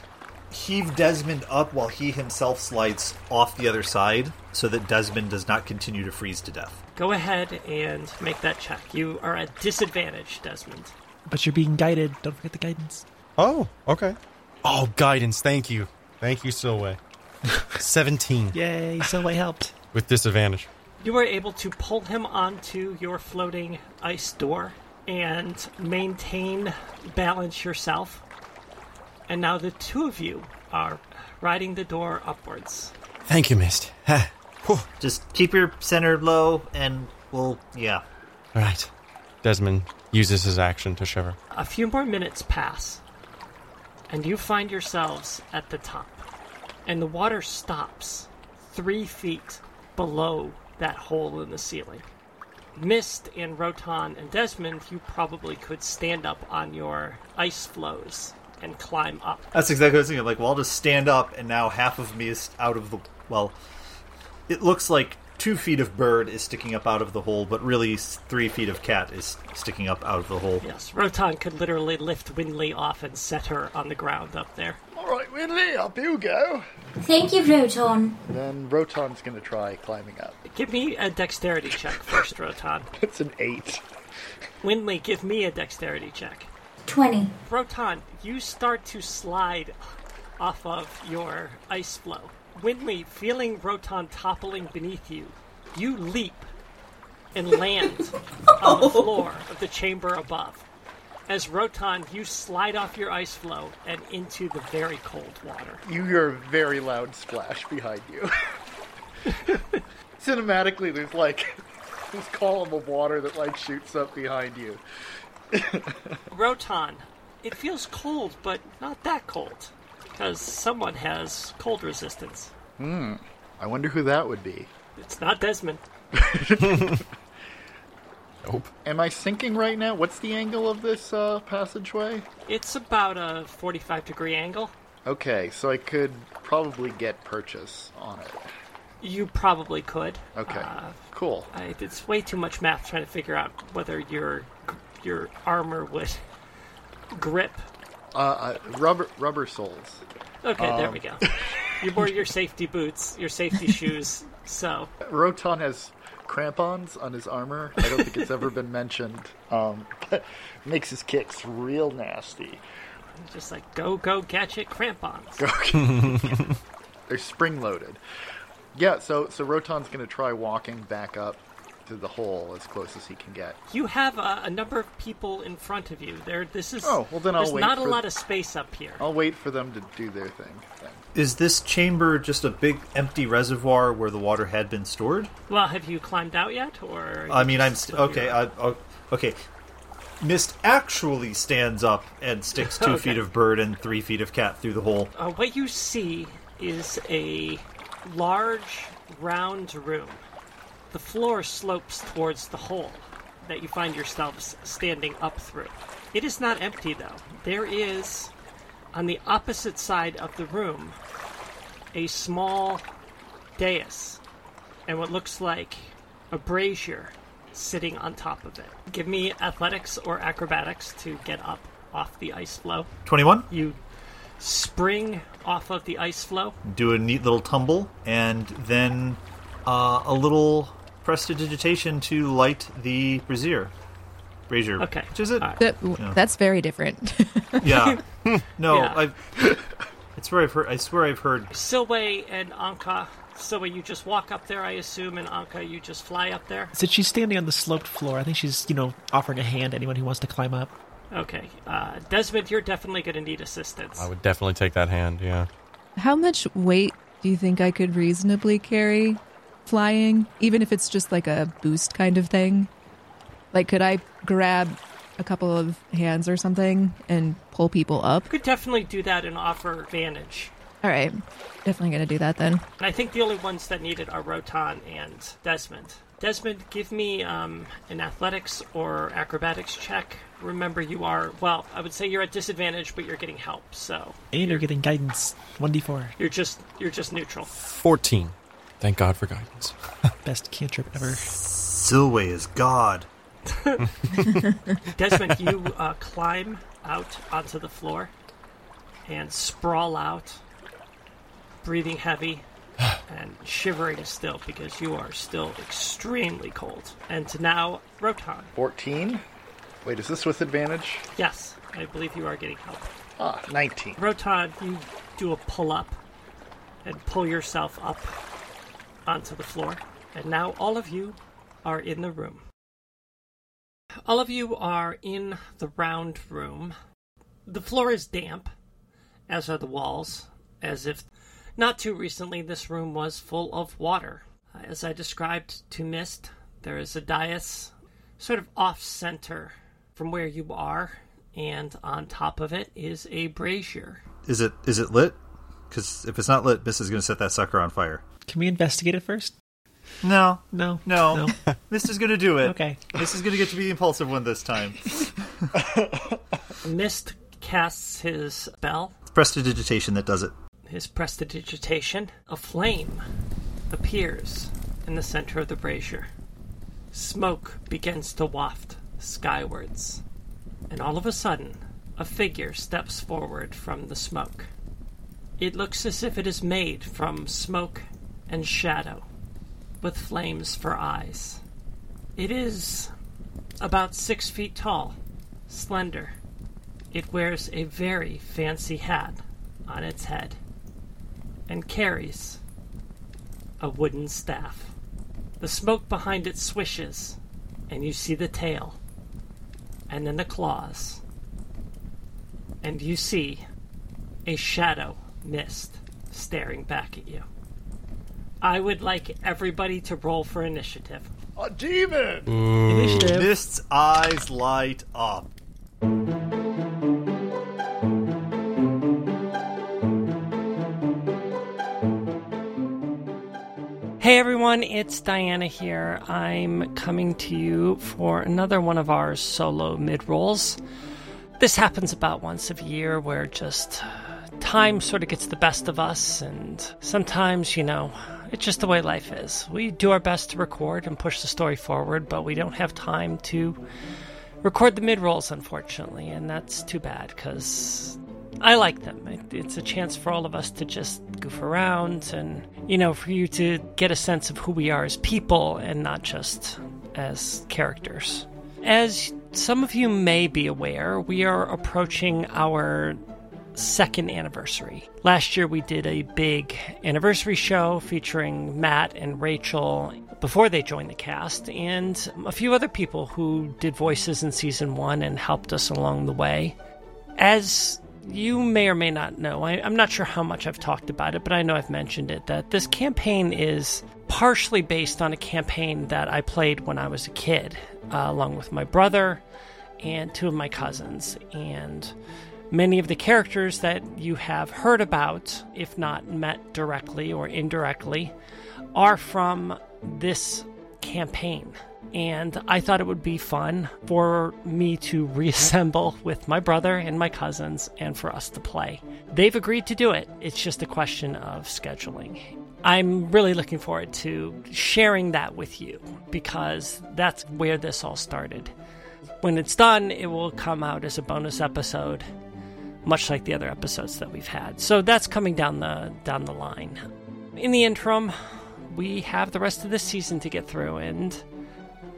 Speaker 1: heave Desmond up while he himself slides off the other side so that Desmond does not continue to freeze to death.
Speaker 2: Go ahead and make that check. You are at disadvantage, Desmond.
Speaker 3: But you're being guided. Don't forget the guidance.
Speaker 4: Oh, okay. Oh, guidance. Thank you. Thank you, Silway. 17
Speaker 3: Yay, Silway helped.
Speaker 4: with disadvantage.
Speaker 2: You were able to pull him onto your floating ice door and maintain balance yourself. And now the two of you are riding the door upwards.
Speaker 4: Thank you, Mist. Ha. Whew. All
Speaker 1: Just keep your center low and we'll yeah.
Speaker 4: right. Desmond uses his action to shiver.
Speaker 2: A few more minutes pass, and you find yourselves at the top. And the water stops three feet below that hole in the ceiling. Mist and Rotan and Desmond, you probably could stand up on your ice floes and climb up.
Speaker 1: That's exactly what I was thinking. Like, well, I'll just stand up, and now half of me is out of the. Well, it looks like two feet of bird is sticking up out of the hole, but really s- three feet of cat is sticking up out of the hole.
Speaker 2: Yes, Rotan could literally lift Winley off and set her on the ground up there.
Speaker 6: All right, Winley, up you go.
Speaker 5: Thank you, Roton.
Speaker 6: Then Roton's going to try climbing up.
Speaker 2: Give me a dexterity check first, Rotan.
Speaker 6: It's an eight.
Speaker 2: Winley, give me a dexterity check.
Speaker 5: 20.
Speaker 2: Rotan, you start to slide off of your ice flow. Winley, feeling Rotan toppling beneath you, you leap and land on the floor of the chamber above. As Rotan, you slide off your ice flow and into the very cold water.
Speaker 6: You hear a very loud splash behind you. Cinematically, there's like this column of water that like shoots up behind you.
Speaker 2: Rotan, it feels cold, but not that cold, because someone has cold resistance.
Speaker 6: I wonder who that would be.
Speaker 2: It's not Desmond.
Speaker 6: Am I sinking right now? What's the angle of this uh, passageway?
Speaker 2: It's about a 45 degree angle.
Speaker 6: Okay, so I could probably get purchase on it.
Speaker 2: You probably could.
Speaker 6: Okay.
Speaker 2: Uh,
Speaker 6: cool.
Speaker 2: I, it's way too much math trying to figure out whether your your armor would grip.
Speaker 6: Uh, uh, rubber rubber soles.
Speaker 2: Okay, there we
Speaker 6: Um.
Speaker 2: go. You wore your safety boots, your safety shoes, so
Speaker 6: Roton has crampons on his armor. I don't think it's ever been mentioned. Um, makes his kicks real nasty.
Speaker 2: just like go, go, catch it, crampons.
Speaker 6: They're spring loaded. Yeah, so so Roton's gonna try walking back up to the hole as close as he can get.
Speaker 2: You have a, a number of people in front of you. There, this is.
Speaker 6: Oh, well, then I'll
Speaker 2: there's
Speaker 6: wait
Speaker 2: not a
Speaker 6: for-
Speaker 2: lot of space up here.
Speaker 6: I'll wait for them to do their thing. Then.
Speaker 1: Is this chamber just a big empty reservoir where the water had been stored?
Speaker 2: Well, have you climbed out yet, or?
Speaker 1: I mean, I'm
Speaker 2: Just
Speaker 1: st-
Speaker 2: up
Speaker 1: okay.
Speaker 2: here.
Speaker 1: I, oh, okay. Mist actually stands up and sticks two feet of bird and three feet of cat through the hole.
Speaker 2: Uh, what you see is a large, round room. The floor slopes towards the hole that you find yourselves standing up through. It is not empty, though. There is, on the opposite side of the room, a small dais and what looks like a brazier sitting on top of it. Give me athletics or acrobatics to get up off the ice floe.
Speaker 1: Twenty-one.
Speaker 2: You spring off of the ice floe.
Speaker 1: Do a neat little tumble and then uh, a little prestidigitation to light the brazier. Brazier.
Speaker 2: Okay.
Speaker 1: Which is it?
Speaker 2: All right.
Speaker 7: That, That's very different.
Speaker 1: Yeah. No,
Speaker 2: Yeah.
Speaker 1: I've. It's where I've heard. I swear I've heard.
Speaker 2: Silway and Anka. Silway, you just walk up there, I assume, and Anka, you just fly up there.
Speaker 3: Since she's standing on the sloped floor, I think she's, you know, offering a hand to anyone who wants to climb up.
Speaker 2: Okay. Uh, Desmond, you're definitely going to need assistance.
Speaker 4: I would definitely take that hand, yeah.
Speaker 7: How much weight do you think I could reasonably carry flying, even if it's just like a boost kind of thing? Like, could I grab a couple of hands or something and pull people up?
Speaker 2: You could definitely do that and offer vantage.
Speaker 7: All right, definitely gonna do that then.
Speaker 2: And I think the only ones that need it are Rotan and Desmond. Desmond, give me um, an athletics or acrobatics check. Remember, you are, well, I would say you're at disadvantage, but you're getting help, so
Speaker 3: And you're getting guidance 1d4.
Speaker 2: you're just you're just neutral.
Speaker 4: 14. Thank God for guidance.
Speaker 3: Best cantrip ever.
Speaker 1: Silway is god.
Speaker 2: Desmond, you uh, climb out onto the floor and sprawl out, breathing heavy and shivering still because you are still extremely cold. And now, Rotan.
Speaker 6: Fourteen. Wait, is this with advantage?
Speaker 2: Yes, I believe you are getting help.
Speaker 6: Ah, nineteen.
Speaker 2: Rotan, you do a pull up and pull yourself up onto the floor. And now all of you are in the room. All of you are in the round room. The floor is damp, as are the walls, as if not too recently this room was full of water. As I described to Mist, there is a dais sort of off center from where you are, and on top of it is a brazier.
Speaker 1: Is it? Is it lit? Because if it's not lit, Mist is going to set that sucker on fire.
Speaker 3: Can we investigate it first?
Speaker 1: No.
Speaker 3: No.
Speaker 1: No. Mist is going to do it.
Speaker 3: Okay.
Speaker 1: This is going to get to be the impulsive one this time.
Speaker 2: Mist casts his spell,
Speaker 1: It's prestidigitation that does it.
Speaker 2: his prestidigitation. A flame appears in the center of the brazier. Smoke begins to waft skywards, and all of a sudden, a figure steps forward from the smoke. It looks as if it is made from smoke and shadow, with flames for eyes. It is about six feet tall, slender. It wears a very fancy hat on its head and carries a wooden staff. The smoke behind it swishes, and you see the tail, and then the claws, and you see a shadow mist staring back at you. I would like everybody to roll for initiative.
Speaker 6: A demon.
Speaker 3: Initiative.
Speaker 1: Mist's eyes light up.
Speaker 2: Hey everyone, it's Diana here. I'm coming to you for another one of our solo mid rolls. This happens about once a year uh, where just time sort of gets the best of us, and sometimes, you know, It's just the way life is. We do our best to record and push the story forward, but we don't have time to record the mid rolls, unfortunately, and that's too bad because I like them. It, it's a chance for all of us to just goof around and, you know, for you to get a sense of who we are as people and not just as characters. As some of you may be aware, we are approaching our second anniversary. Last year, we did a big anniversary show featuring Matt and Rachel before they joined the cast, and a few other people who did voices in season one and helped us along the way. As you may or may not know, I, I'm not sure how much I've talked about it, but I know I've mentioned it that this campaign is partially based on a campaign that I played when I was a kid, uh, along with my brother and two of my cousins. And many of the characters that you have heard about, if not met directly or indirectly, are from this campaign. And I thought it would be fun for me to reassemble with my brother and my cousins and for us to play. They've agreed to do it, it's just a question of scheduling. I'm really looking forward to sharing that with you because that's where this all started. When it's done, it will come out as a bonus episode much like the other episodes that we've had. So that's coming down the down the line. In the interim, we have the rest of this season to get through and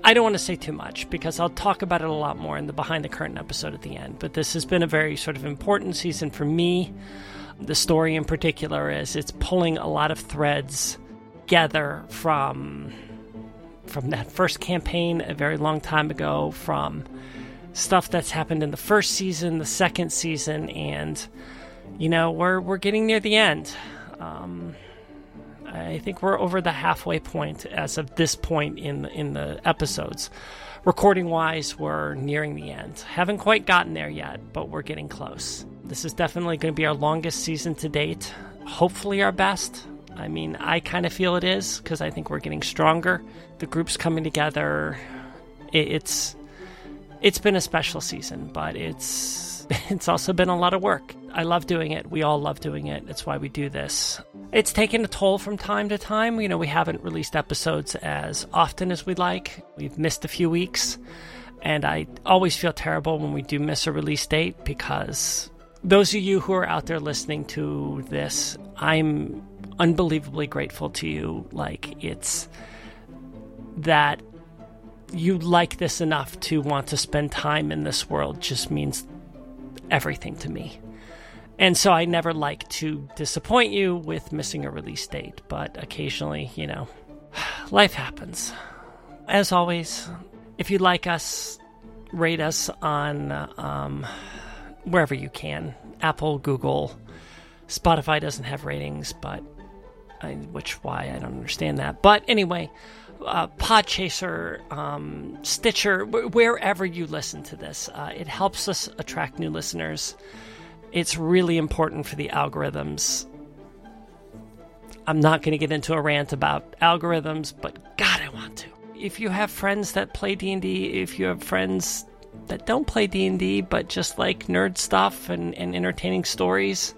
Speaker 2: I don't want to say too much because I'll talk about it a lot more in the behind the curtain episode at the end, but this has been a very sort of important season for me. The story in particular is it's pulling a lot of threads together from from that first campaign a very long time ago from stuff that's happened in the first season, the second season, and you know we're we're getting near the end. Um, I think we're over the halfway point as of this point in the, in the episodes. Recording wise, we're nearing the end. Haven't quite gotten there yet, but we're getting close. This is definitely going to be our longest season to date. Hopefully, our best. I mean, I kind of feel it is because I think we're getting stronger. The group's coming together. It, it's it's been a special season, but it's it's also been a lot of work. I love doing it. We all love doing it. It's why we do this. It's taken a toll from time to time. You know, we haven't released episodes as often as we'd like. We've missed a few weeks, and I always feel terrible when we do miss a release date because those of you who are out there listening to this, I'm unbelievably grateful to you. Like it's that you like this enough to want to spend time in this world just means everything to me. And so I never like to disappoint you with missing a release date, but occasionally, you know, life happens. As always, if you like us, rate us on um, wherever you can Apple, Google, Spotify doesn't have ratings, but I, which why I don't understand that. But anyway, uh, Podchaser, um, Stitcher, wh- wherever you listen to this. Uh, it helps us attract new listeners. It's really important for the algorithms. I'm not going to get into a rant about algorithms, but God, I want to. If you have friends that play D and D, if you have friends that don't play D and D but just like nerd stuff and, and entertaining stories,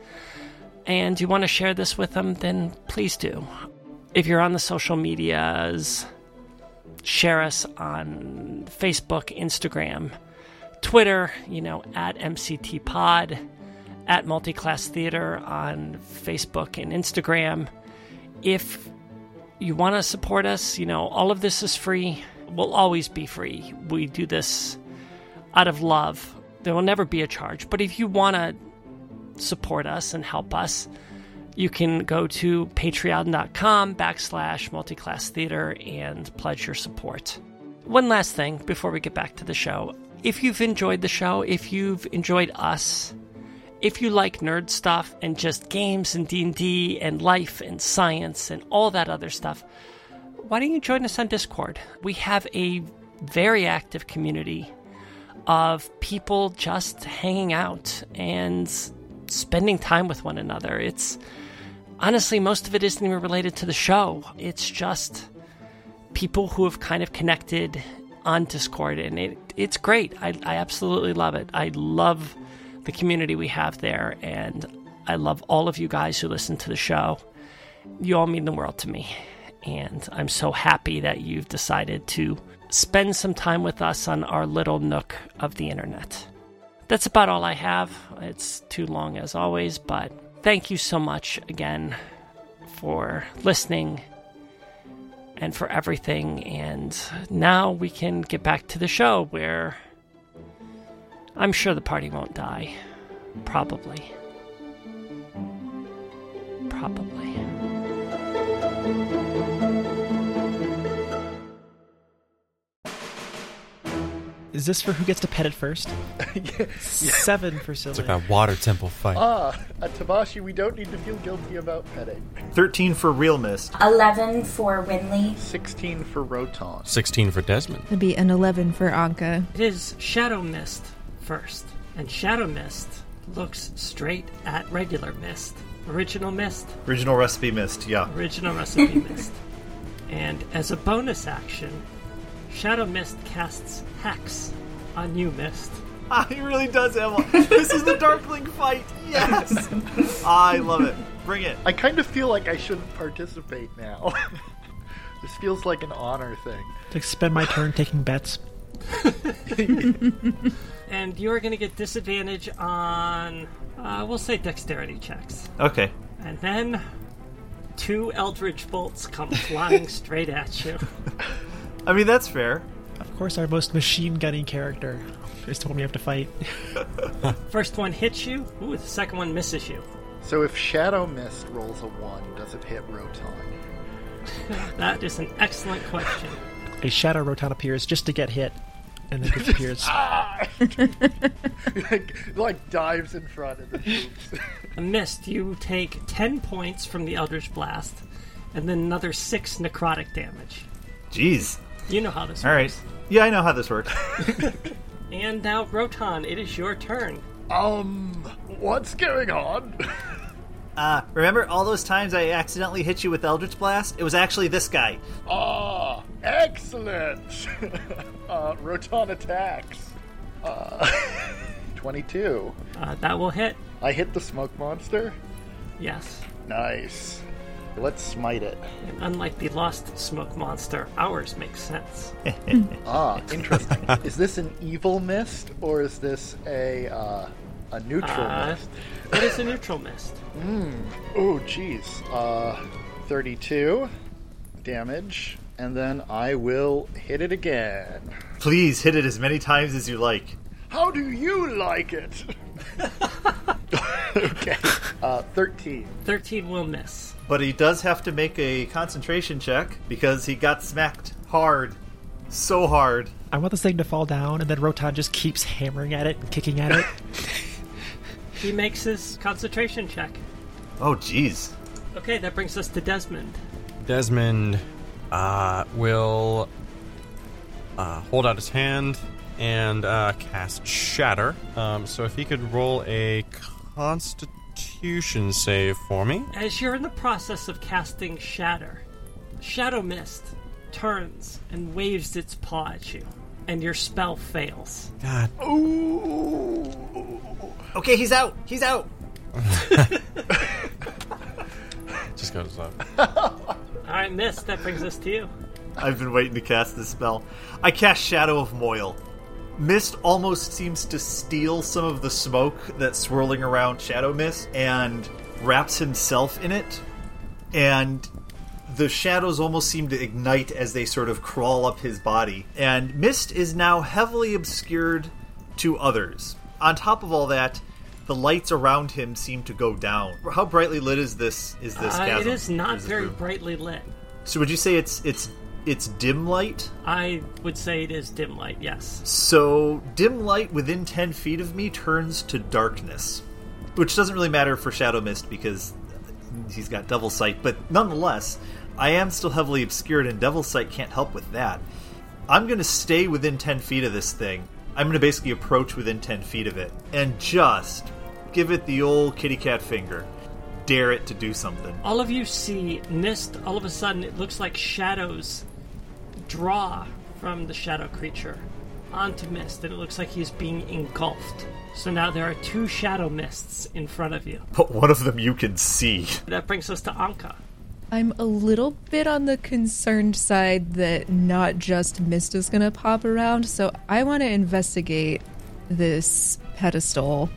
Speaker 2: and you want to share this with them, then please do if you're on the social medias, share us on Facebook, Instagram, Twitter, you know, at MCT Pod, at Multiclass Theater on Facebook and Instagram. If you want to support us, you know, all of this is free, will always be free. We do this out of love. There will never be a charge. But if you want to support us and help us, you can go to patreon.com backslash multiclass theater and pledge your support. One last thing before we get back to the show. If you've enjoyed the show, if you've enjoyed us, if you like nerd stuff and just games and D&D and life and science and all that other stuff, why don't you join us on Discord? We have a very active community of people just hanging out and spending time with one another. It's honestly, most of it isn't even related to the show. It's just people who have kind of connected on Discord, and it it's great. I, I absolutely love it. I love the community we have there, and I love all of you guys who listen to the show. You all mean the world to me. And I'm so happy that you've decided to spend some time with us on our little nook of the internet. That's about all I have. It's too long as always, but thank you so much again for listening and for everything. And now we can get back to the show where I'm sure the party won't die. Probably. Probably.
Speaker 3: Is this for who gets to pet it first? Seven for
Speaker 4: It's
Speaker 3: Silly.
Speaker 4: like that water temple fight.
Speaker 6: Ah, a Tabashi we don't need to feel guilty about petting.
Speaker 1: 13 for Real Mist.
Speaker 5: 11 for Winley.
Speaker 6: 16 for Roton.
Speaker 4: 16 for Desmond.
Speaker 7: It'd be an 11 for Anka.
Speaker 2: It is Shadow Mist first, and Shadow Mist looks straight at regular mist, original mist,
Speaker 1: Original recipe Mist, yeah.
Speaker 2: original recipe mist. And as a bonus action, Shadow Mist casts Hex on you, Mist.
Speaker 1: Ah, he really does have a. this is the Darkling fight! Yes! I love it. Bring it.
Speaker 6: I kind of feel like I shouldn't participate now. this feels like an honor thing.
Speaker 3: To spend my turn taking bets.
Speaker 2: And you're going to get disadvantage on, uh, we'll say, dexterity checks.
Speaker 1: Okay.
Speaker 2: And then two Eldritch Bolts come flying straight at you.
Speaker 1: I mean, that's fair.
Speaker 3: Of course, our most machine gunny character is the one we have to fight.
Speaker 2: First one hits you, ooh, the second one misses you.
Speaker 6: So if Shadow Mist rolls a 1, does it hit Roton?
Speaker 2: That is an excellent question.
Speaker 3: A shadow Roton appears just to get hit, and then disappears.
Speaker 6: like, like dives in front of the troops.
Speaker 2: Missed, you take 10 points from the Eldritch Blast and then another 6 necrotic damage.
Speaker 1: Jeez.
Speaker 2: You know how this
Speaker 1: All
Speaker 2: works.
Speaker 1: right. Yeah, I know how this works.
Speaker 2: And now, Rotan, it is your turn.
Speaker 6: um, what's going on?
Speaker 1: Uh, remember all those times I accidentally hit you with Eldritch Blast? It was actually this guy.
Speaker 6: Ah, excellent! uh, Roton attacks. Uh, 22.
Speaker 2: Uh, that will hit.
Speaker 6: I hit the smoke monster.
Speaker 2: Yes.
Speaker 6: Nice. Let's smite it.
Speaker 2: And unlike the lost smoke monster, ours makes sense.
Speaker 6: Ah, interesting. is this an evil mist or is this a uh, a neutral
Speaker 2: Uh,
Speaker 6: mist?
Speaker 2: it is a neutral mist.
Speaker 6: Oh, jeez. Uh, 32 damage, and then I will hit it again.
Speaker 1: Please hit it as many times as you like.
Speaker 6: How do you like it? okay. Uh, 13.
Speaker 2: 13 will miss.
Speaker 1: But he does have to make a concentration check because he got smacked hard. So hard.
Speaker 3: I want this thing to fall down, and then Roton just keeps hammering at it and kicking at it.
Speaker 2: He makes his concentration check.
Speaker 1: Oh, jeez.
Speaker 2: Okay, that brings us to Desmond.
Speaker 4: Desmond uh, will uh, hold out his hand and uh, cast Shatter. Um, so if he could roll a Constitution save for me.
Speaker 2: As you're in the process of casting Shatter, Shadow Mist turns and waves its paw at you, and your spell fails.
Speaker 4: God,
Speaker 1: Okay, he's out. He's out.
Speaker 4: just goes up.
Speaker 2: All right, Mist, that brings us to you.
Speaker 1: I've been waiting to cast this spell. I cast Shadow of Moil. Mist almost seems to steal some of the smoke that's swirling around Shadow Mist and wraps himself in it. And the shadows almost seem to ignite as they sort of crawl up his body. And Mist is now heavily obscured to others. On top of all that, the lights around him seem to go down. How brightly lit is this? Is this?
Speaker 2: Uh, it
Speaker 1: chasm?
Speaker 2: is not
Speaker 1: Is this
Speaker 2: very
Speaker 1: room?
Speaker 2: brightly lit.
Speaker 1: So would you say it's it's it's dim light?
Speaker 2: I would say it is dim light, yes.
Speaker 1: So dim light within ten feet of me turns to darkness, which doesn't really matter for Shadow Mist because he's got Devil Sight. But nonetheless, I am still heavily obscured, and Devil Sight can't help with that. I'm going to stay within ten feet of this thing. I'm going to basically approach within ten feet of it and just give it the old kitty cat finger, dare it to do something.
Speaker 2: All of you see Mist, all of a sudden, it looks like shadows draw from the shadow creature onto Mist, and it looks like he's being engulfed. So now there are two shadow mists in front of you.
Speaker 1: But one of them you can see.
Speaker 2: That brings us to Anka.
Speaker 7: I'm a little bit on the concerned side that not just mist is going to pop around, so I want to investigate this pedestal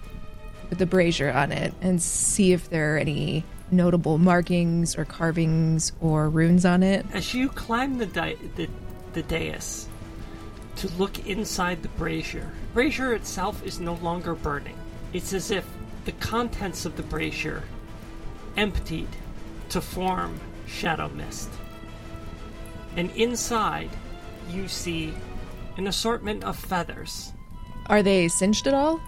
Speaker 7: with the brazier on it and see if there are any notable markings or carvings or runes on it.
Speaker 10: As you climb the, di- the, the dais to look inside the brazier, brazier itself is no longer burning. It's as if the contents of the brazier emptied to form shadow mist. And inside, you see an assortment of feathers.
Speaker 7: Are they cinched at all?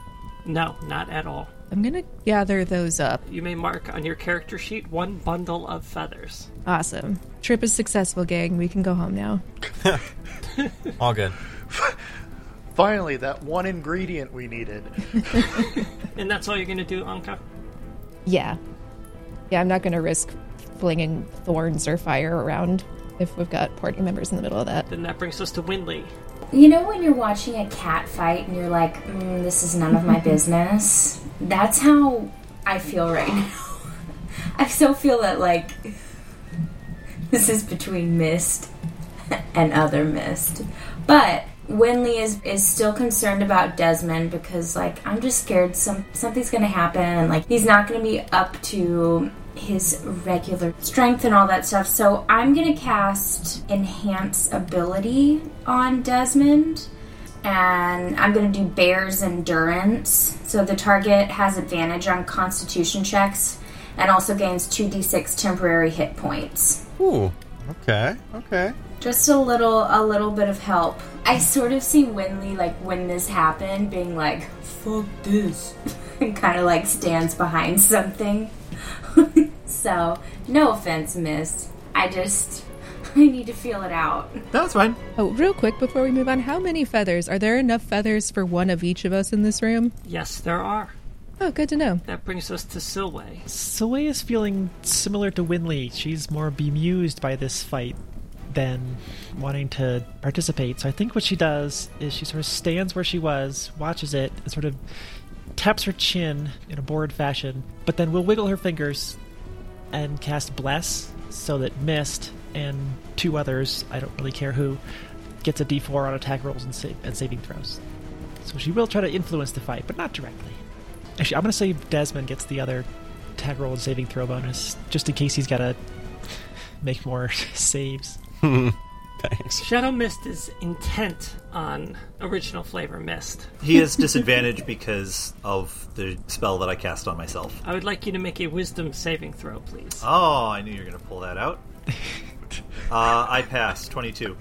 Speaker 10: No, not at all.
Speaker 7: I'm going to gather those up.
Speaker 10: You may mark on your character sheet one bundle of feathers.
Speaker 7: Awesome. Trip is successful, gang. We can go home now.
Speaker 4: All good.
Speaker 6: Finally, that one ingredient we needed.
Speaker 10: And that's all you're going to do, Anka?
Speaker 7: Yeah. Yeah, I'm not going to risk flinging thorns or fire around if we've got party members in the middle of that.
Speaker 10: Then that brings us to Winley.
Speaker 5: You know when you're watching a cat fight and you're like, mm, this is none of my business? That's how I feel right now. I still feel that, like, this is between Mist and other Mist. But Winley is, is still concerned about Desmond because, like, I'm just scared some, something's going to happen and, like, he's not going to be up to his regular strength and all that stuff. So I'm going to cast Enhance Ability on Desmond. And I'm going to do Bear's Endurance. So the target has advantage on Constitution checks and also gains 2d6 temporary hit points.
Speaker 4: Ooh. Okay. Okay.
Speaker 5: Just a little, a little bit of help. I sort of see Winley like when this happened, being like, "Fuck this," and kind of like stands behind something. so, no offense, Miss. I just, I need to feel it out.
Speaker 1: That's fine.
Speaker 7: Oh, real quick before we move on, how many feathers? Are there enough feathers for one of each of us in this room?
Speaker 10: Yes, there are.
Speaker 7: Oh, good to know.
Speaker 10: That brings us to Silway.
Speaker 3: Soleil is feeling similar to Winley. She's more bemused by this fight than wanting to participate. So I think what she does is she sort of stands where she was, watches it, and sort of taps her chin in a bored fashion, but then will wiggle her fingers and cast Bless so that Mist and two others, I don't really care who, gets a d4 on attack rolls and, sa- and saving throws. So she will try to influence the fight, but not directly. Actually, I'm going to say Desmond gets the other attack roll and saving throw bonus, just in case he's got to make more saves.
Speaker 4: Thanks.
Speaker 10: Shadow Mist is intent on original flavor mist.
Speaker 1: He is disadvantaged because of the spell that I cast on myself.
Speaker 10: I would like you to make a wisdom saving throw, please.
Speaker 1: Oh, I knew you were going to pull that out. Uh, I passed 22.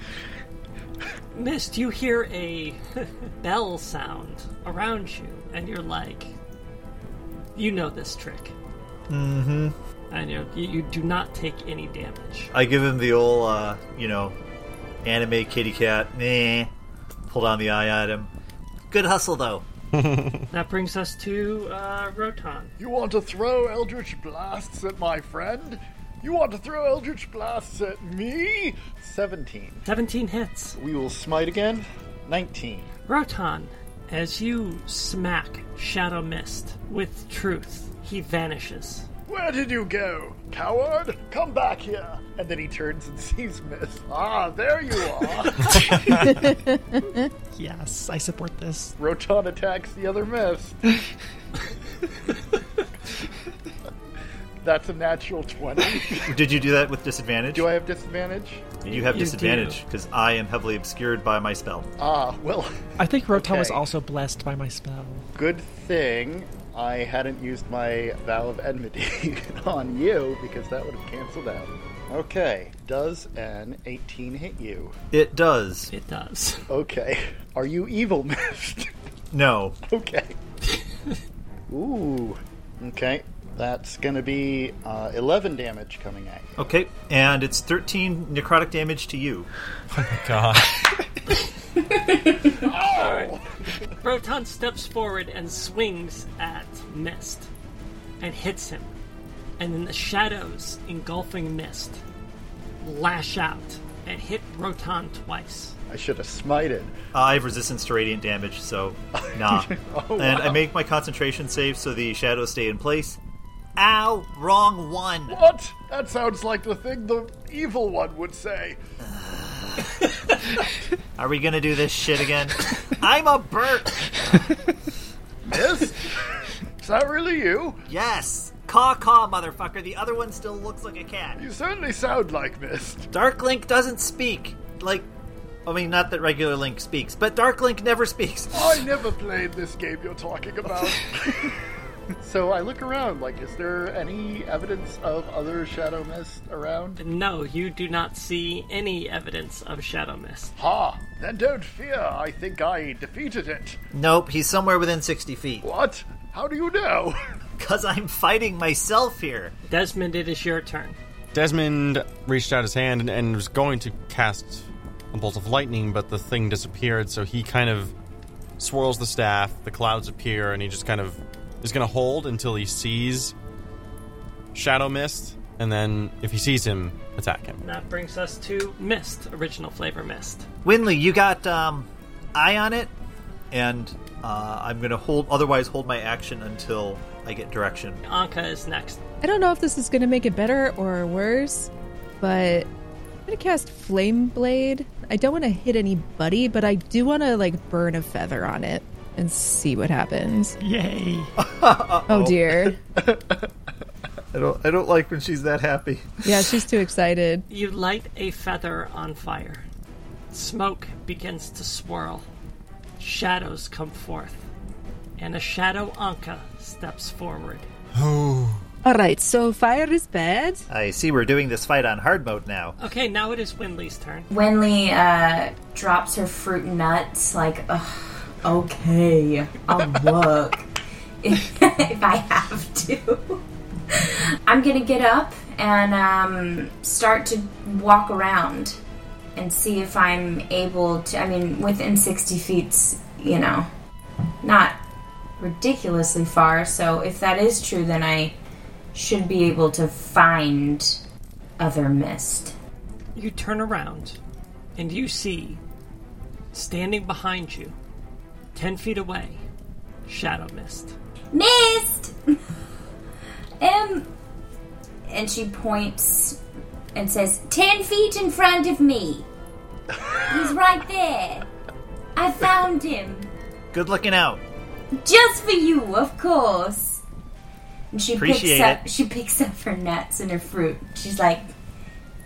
Speaker 10: Mist, you hear a bell sound around you, and you're like, you know this trick. Mm-hmm. And you're, you you do not take any damage.
Speaker 1: I give him the old, uh, you know, anime kitty cat. Meh. Pull down the eye at him. Good hustle, though.
Speaker 10: That brings us to uh, Rotan.
Speaker 6: You want to throw Eldritch Blasts at my friend? You want to throw Eldritch Blasts at me? 17.
Speaker 10: 17 hits.
Speaker 6: We will smite again. 19.
Speaker 10: Rotan, as you smack Shadow Mist with truth, he vanishes.
Speaker 6: Where did you go? Coward, come back here! And then he turns and sees Miss. Ah, there you are!
Speaker 3: Yes, I support this.
Speaker 6: Rotan attacks the other Miss. That's a natural 20.
Speaker 1: Did you do that with disadvantage?
Speaker 6: Do I have disadvantage?
Speaker 1: You have
Speaker 10: You
Speaker 1: disadvantage because I am heavily obscured by my spell.
Speaker 6: Ah, well,
Speaker 3: I think Rotan was
Speaker 6: Okay.
Speaker 3: also blessed by my spell.
Speaker 6: good thing I hadn't used my Vow of Enmity on you because that would have canceled out. Okay, does an 18 hit you?
Speaker 1: It does.
Speaker 10: It does.
Speaker 6: Okay. Are you evil, Mist?
Speaker 1: No.
Speaker 6: Okay. Ooh. Okay. That's going to be uh, 11 damage coming at you.
Speaker 1: Okay. And it's 13 necrotic damage to you.
Speaker 4: God.
Speaker 10: Rotan steps forward and swings at Mist and hits him. And then the shadows engulfing Mist lash out and hit Rotan twice.
Speaker 6: I should have smited.
Speaker 1: I have resistance to radiant damage, so nah.
Speaker 6: Oh,
Speaker 1: And I
Speaker 6: wow.
Speaker 1: make my concentration save so the shadows stay in place. Ow! Wrong one.
Speaker 6: What? That sounds like the thing the evil one would say.
Speaker 1: Are we gonna do this shit again? I'm a Bert.
Speaker 6: Miss? Is that really you?
Speaker 1: Yes. Caw caw, motherfucker. The other one still looks like a cat.
Speaker 6: You certainly sound like Mist.
Speaker 1: Dark Link doesn't speak. Like, I mean, not that regular Link speaks, but Dark Link never speaks.
Speaker 6: I never played this game you're talking about. so I look around, like, is there any evidence of other Shadow Mist around?
Speaker 2: No, you do not see any evidence of Shadow Mist.
Speaker 6: Ha! Then don't fear, I think I defeated it.
Speaker 1: Nope, he's somewhere within 60 feet.
Speaker 6: What? How do you know?
Speaker 1: Because I'm fighting myself here.
Speaker 2: Desmond, it is your turn.
Speaker 4: Desmond reached out his hand and, and was going to cast a bolt of lightning, but the thing disappeared, so he kind of swirls the staff, the clouds appear, and he just kind of is going to hold until he sees Shadow Mist, and then if he sees him, attack him.
Speaker 2: And that brings us to Mist, original flavor Mist.
Speaker 1: Winley, you got um, eye on it, and uh, I'm going to hold, otherwise, hold my action until I get direction.
Speaker 2: Anka is next.
Speaker 7: I don't know if this is going to make it better or worse, but I'm going to cast Flame Blade. I don't want to hit anybody, but I do want to like burn a feather on it and see what happens.
Speaker 3: Yay!
Speaker 7: Oh dear.
Speaker 1: I don't, I don't like when she's that happy.
Speaker 7: Yeah, she's too excited.
Speaker 2: You light a feather on fire. Smoke begins to swirl. Shadows come forth. And a shadow Anka steps forward.
Speaker 7: All right, so fire is bad.
Speaker 1: I see we're doing this fight on hard mode now.
Speaker 2: Okay, now it is Winley's turn.
Speaker 5: Winley uh, drops her fruit and nuts, like, Ugh, okay, I'll work if, if I have to. I'm gonna get up and um, start to walk around and see if I'm able to. I mean, within 60 feet's, you know, not ridiculously far, so if that is true, then I should be able to find other mist.
Speaker 2: You turn around and you see, standing behind you, 10 feet away, Shadow Mist.
Speaker 5: missed um and she points and says 10 feet in front of me he's right there i found him
Speaker 1: Good looking out.
Speaker 5: just for you of course and she
Speaker 1: Appreciate
Speaker 5: picks up
Speaker 1: it.
Speaker 5: she picks up her nuts and her fruit she's like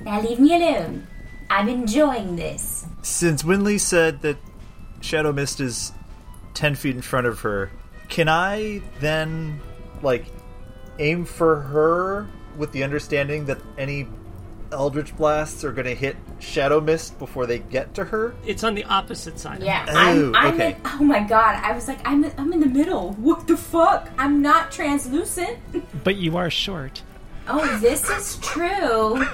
Speaker 5: now leave me alone i'm enjoying this
Speaker 1: Since Winley said that Shadow Mist is 10 feet in front of her, can I then, like, aim for her with the understanding that any Eldritch Blasts are going to hit Shadow Mist before they get to her?
Speaker 2: It's on the opposite side. of
Speaker 5: yeah
Speaker 1: Oh,
Speaker 5: i'm, I'm
Speaker 1: okay.
Speaker 5: in, oh my god i was like I'm, I'm in the middle what the fuck i'm not translucent
Speaker 3: But you are short.
Speaker 5: oh this is true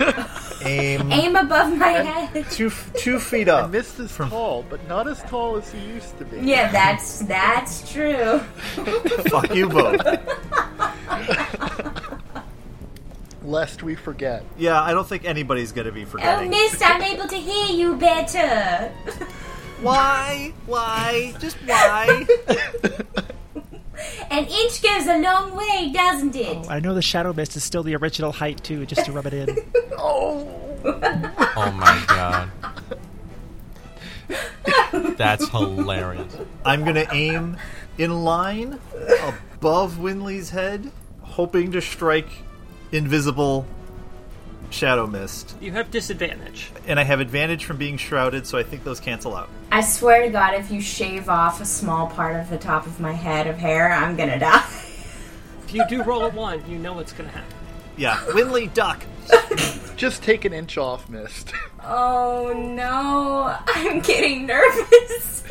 Speaker 1: Aim
Speaker 5: aim above my head.
Speaker 1: two, f- two feet up.
Speaker 6: Mist is tall, but not as tall as he used to be.
Speaker 5: Yeah, that's that's true.
Speaker 1: Fuck you both.
Speaker 6: Lest we forget.
Speaker 1: Yeah, I don't think anybody's going to be
Speaker 5: Oh,
Speaker 1: forgetting.
Speaker 5: Miss, I'm able to hear you better.
Speaker 1: Why? Why? Just why?
Speaker 5: An inch goes a long way, doesn't it?
Speaker 3: I know the shadow mist is still the original height too, just to rub it in.
Speaker 4: Oh my god. That's hilarious.
Speaker 1: I'm gonna aim in line above Winley's head, hoping to strike invisible shadow mist.
Speaker 2: You have disadvantage.
Speaker 1: And I have advantage from being shrouded, so I think those cancel out.
Speaker 5: I swear to God, if you shave off a small part of the top of my head of hair, I'm gonna die.
Speaker 2: If you do roll a one, you know what's going to happen.
Speaker 1: Yeah, Winley duck.
Speaker 6: Just take an inch off, Mist.
Speaker 5: Oh no, I'm getting nervous.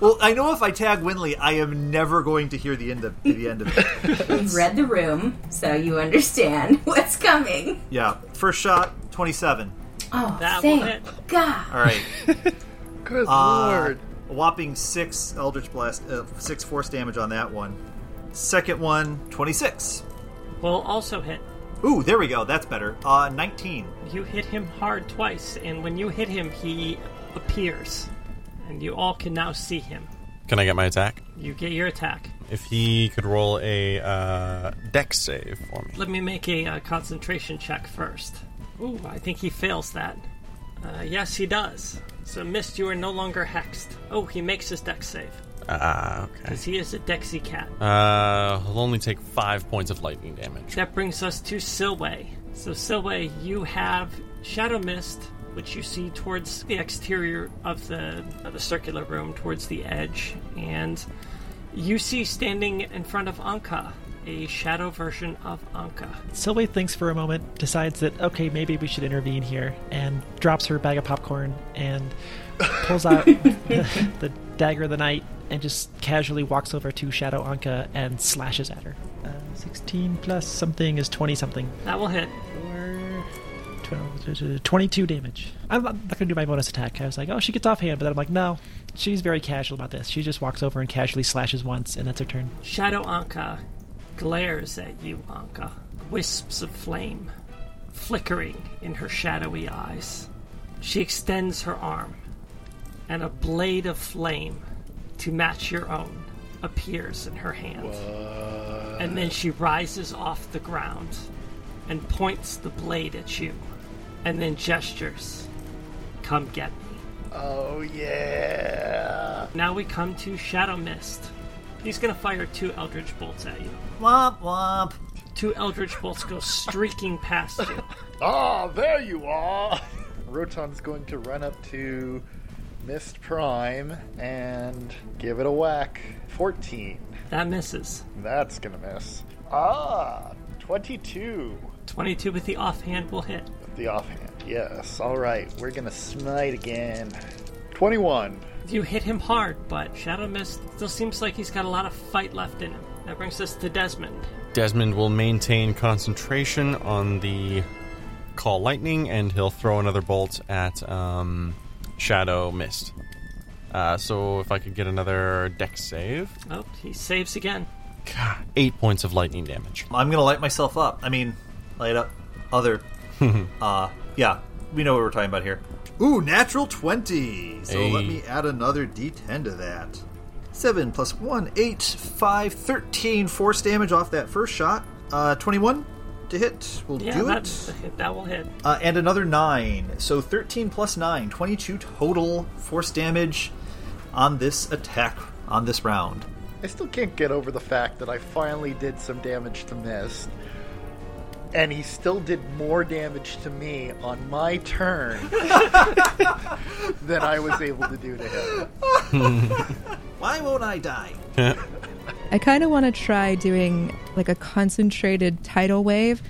Speaker 1: Well, I know if I tag Winley, I am never going to hear the end of the end of it.
Speaker 5: You've read the room, so you understand what's coming.
Speaker 1: Yeah, first shot, twenty-seven.
Speaker 5: Oh,
Speaker 2: That
Speaker 5: thank
Speaker 2: will hit.
Speaker 5: God.
Speaker 1: All right,
Speaker 6: Good
Speaker 1: Uh,
Speaker 6: lord.
Speaker 1: a whopping six eldritch blast, uh, six force damage on that one. Second one, 26.
Speaker 2: Will also hit.
Speaker 1: Ooh, there we go. That's better. Uh, 19.
Speaker 2: You hit him hard twice, and when you hit him, he appears. And you all can now see him.
Speaker 4: Can I get my attack?
Speaker 2: You get your attack.
Speaker 4: If he could roll a uh, deck save for me.
Speaker 10: Let me make a uh, concentration check first. Ooh, I think he fails that. Uh, yes, he does. So, Mist, you are no longer hexed. Oh, he makes his dex save.
Speaker 4: Ah, okay.
Speaker 10: Because he is a Dexy cat.
Speaker 4: Uh, he'll only take five points of lightning damage.
Speaker 10: That brings us to Silway. So, Silway, you have Shadow Mist, which you see towards the exterior of the, of the circular room, towards the edge, and you see standing in front of Anka, a shadow version of Anka.
Speaker 3: Silway thinks for a moment, decides that, okay, maybe we should intervene here, and drops her bag of popcorn and pulls out the, the dagger of the knight and just casually walks over to Shadow Anka and slashes at her. Uh, 16 plus something is 20 something.
Speaker 10: That will hit.
Speaker 3: 12, 22 damage. I'm not going to do my bonus attack. I was like, oh, she gets offhand, but then I'm like, no, she's very casual about this. She just walks over and casually slashes once, and that's her turn.
Speaker 10: Shadow Anka glares at you, Anka. Wisps of flame flickering in her shadowy eyes. She extends her arm, and a blade of flame to match your own appears in her hand. And then she rises off the ground and points the blade at you, and then gestures, Come get me.
Speaker 6: Oh yeah.
Speaker 10: Now we come to Shadow Mist. He's gonna fire two Eldritch Bolts at you.
Speaker 1: Womp womp.
Speaker 10: Two Eldritch Bolts go streaking past you.
Speaker 6: Ah, there you are. Roton's going to run up to Mist Prime and give it a whack. 14.
Speaker 10: That misses.
Speaker 6: That's gonna miss. Ah, 22.
Speaker 10: 22 with the offhand will hit.
Speaker 6: The offhand. Yes. All right. We're gonna smite again. 21.
Speaker 10: You hit him hard, but Shadow Mist still seems like he's got a lot of fight left in him. That brings us to Desmond.
Speaker 4: Desmond will maintain concentration on the call lightning, and he'll throw another bolt at um, Shadow Mist. Uh, so if I could get another deck save,
Speaker 10: Oh, he saves again.
Speaker 4: God, eight points of lightning damage.
Speaker 1: I'm gonna light myself up. I mean, light up other. uh, yeah, we know what we're talking about here. Ooh, natural twenty. So let
Speaker 4: Hey.
Speaker 1: me add another D10 to that. Seven plus one, eight, five, thirteen force damage off that first shot. Uh, twenty-one to hit. We'll
Speaker 10: Yeah,
Speaker 1: do
Speaker 10: that,
Speaker 1: it.
Speaker 10: that will hit.
Speaker 1: Uh, and another 9. So 13 plus 9, 22 total force damage on this attack on this round.
Speaker 6: I still can't get over the fact that I finally did some damage to Mist. And he still did more damage to me on my turn than I was able to do to him.
Speaker 1: Why won't I die?
Speaker 7: I kind of want to try doing like a concentrated tidal wave.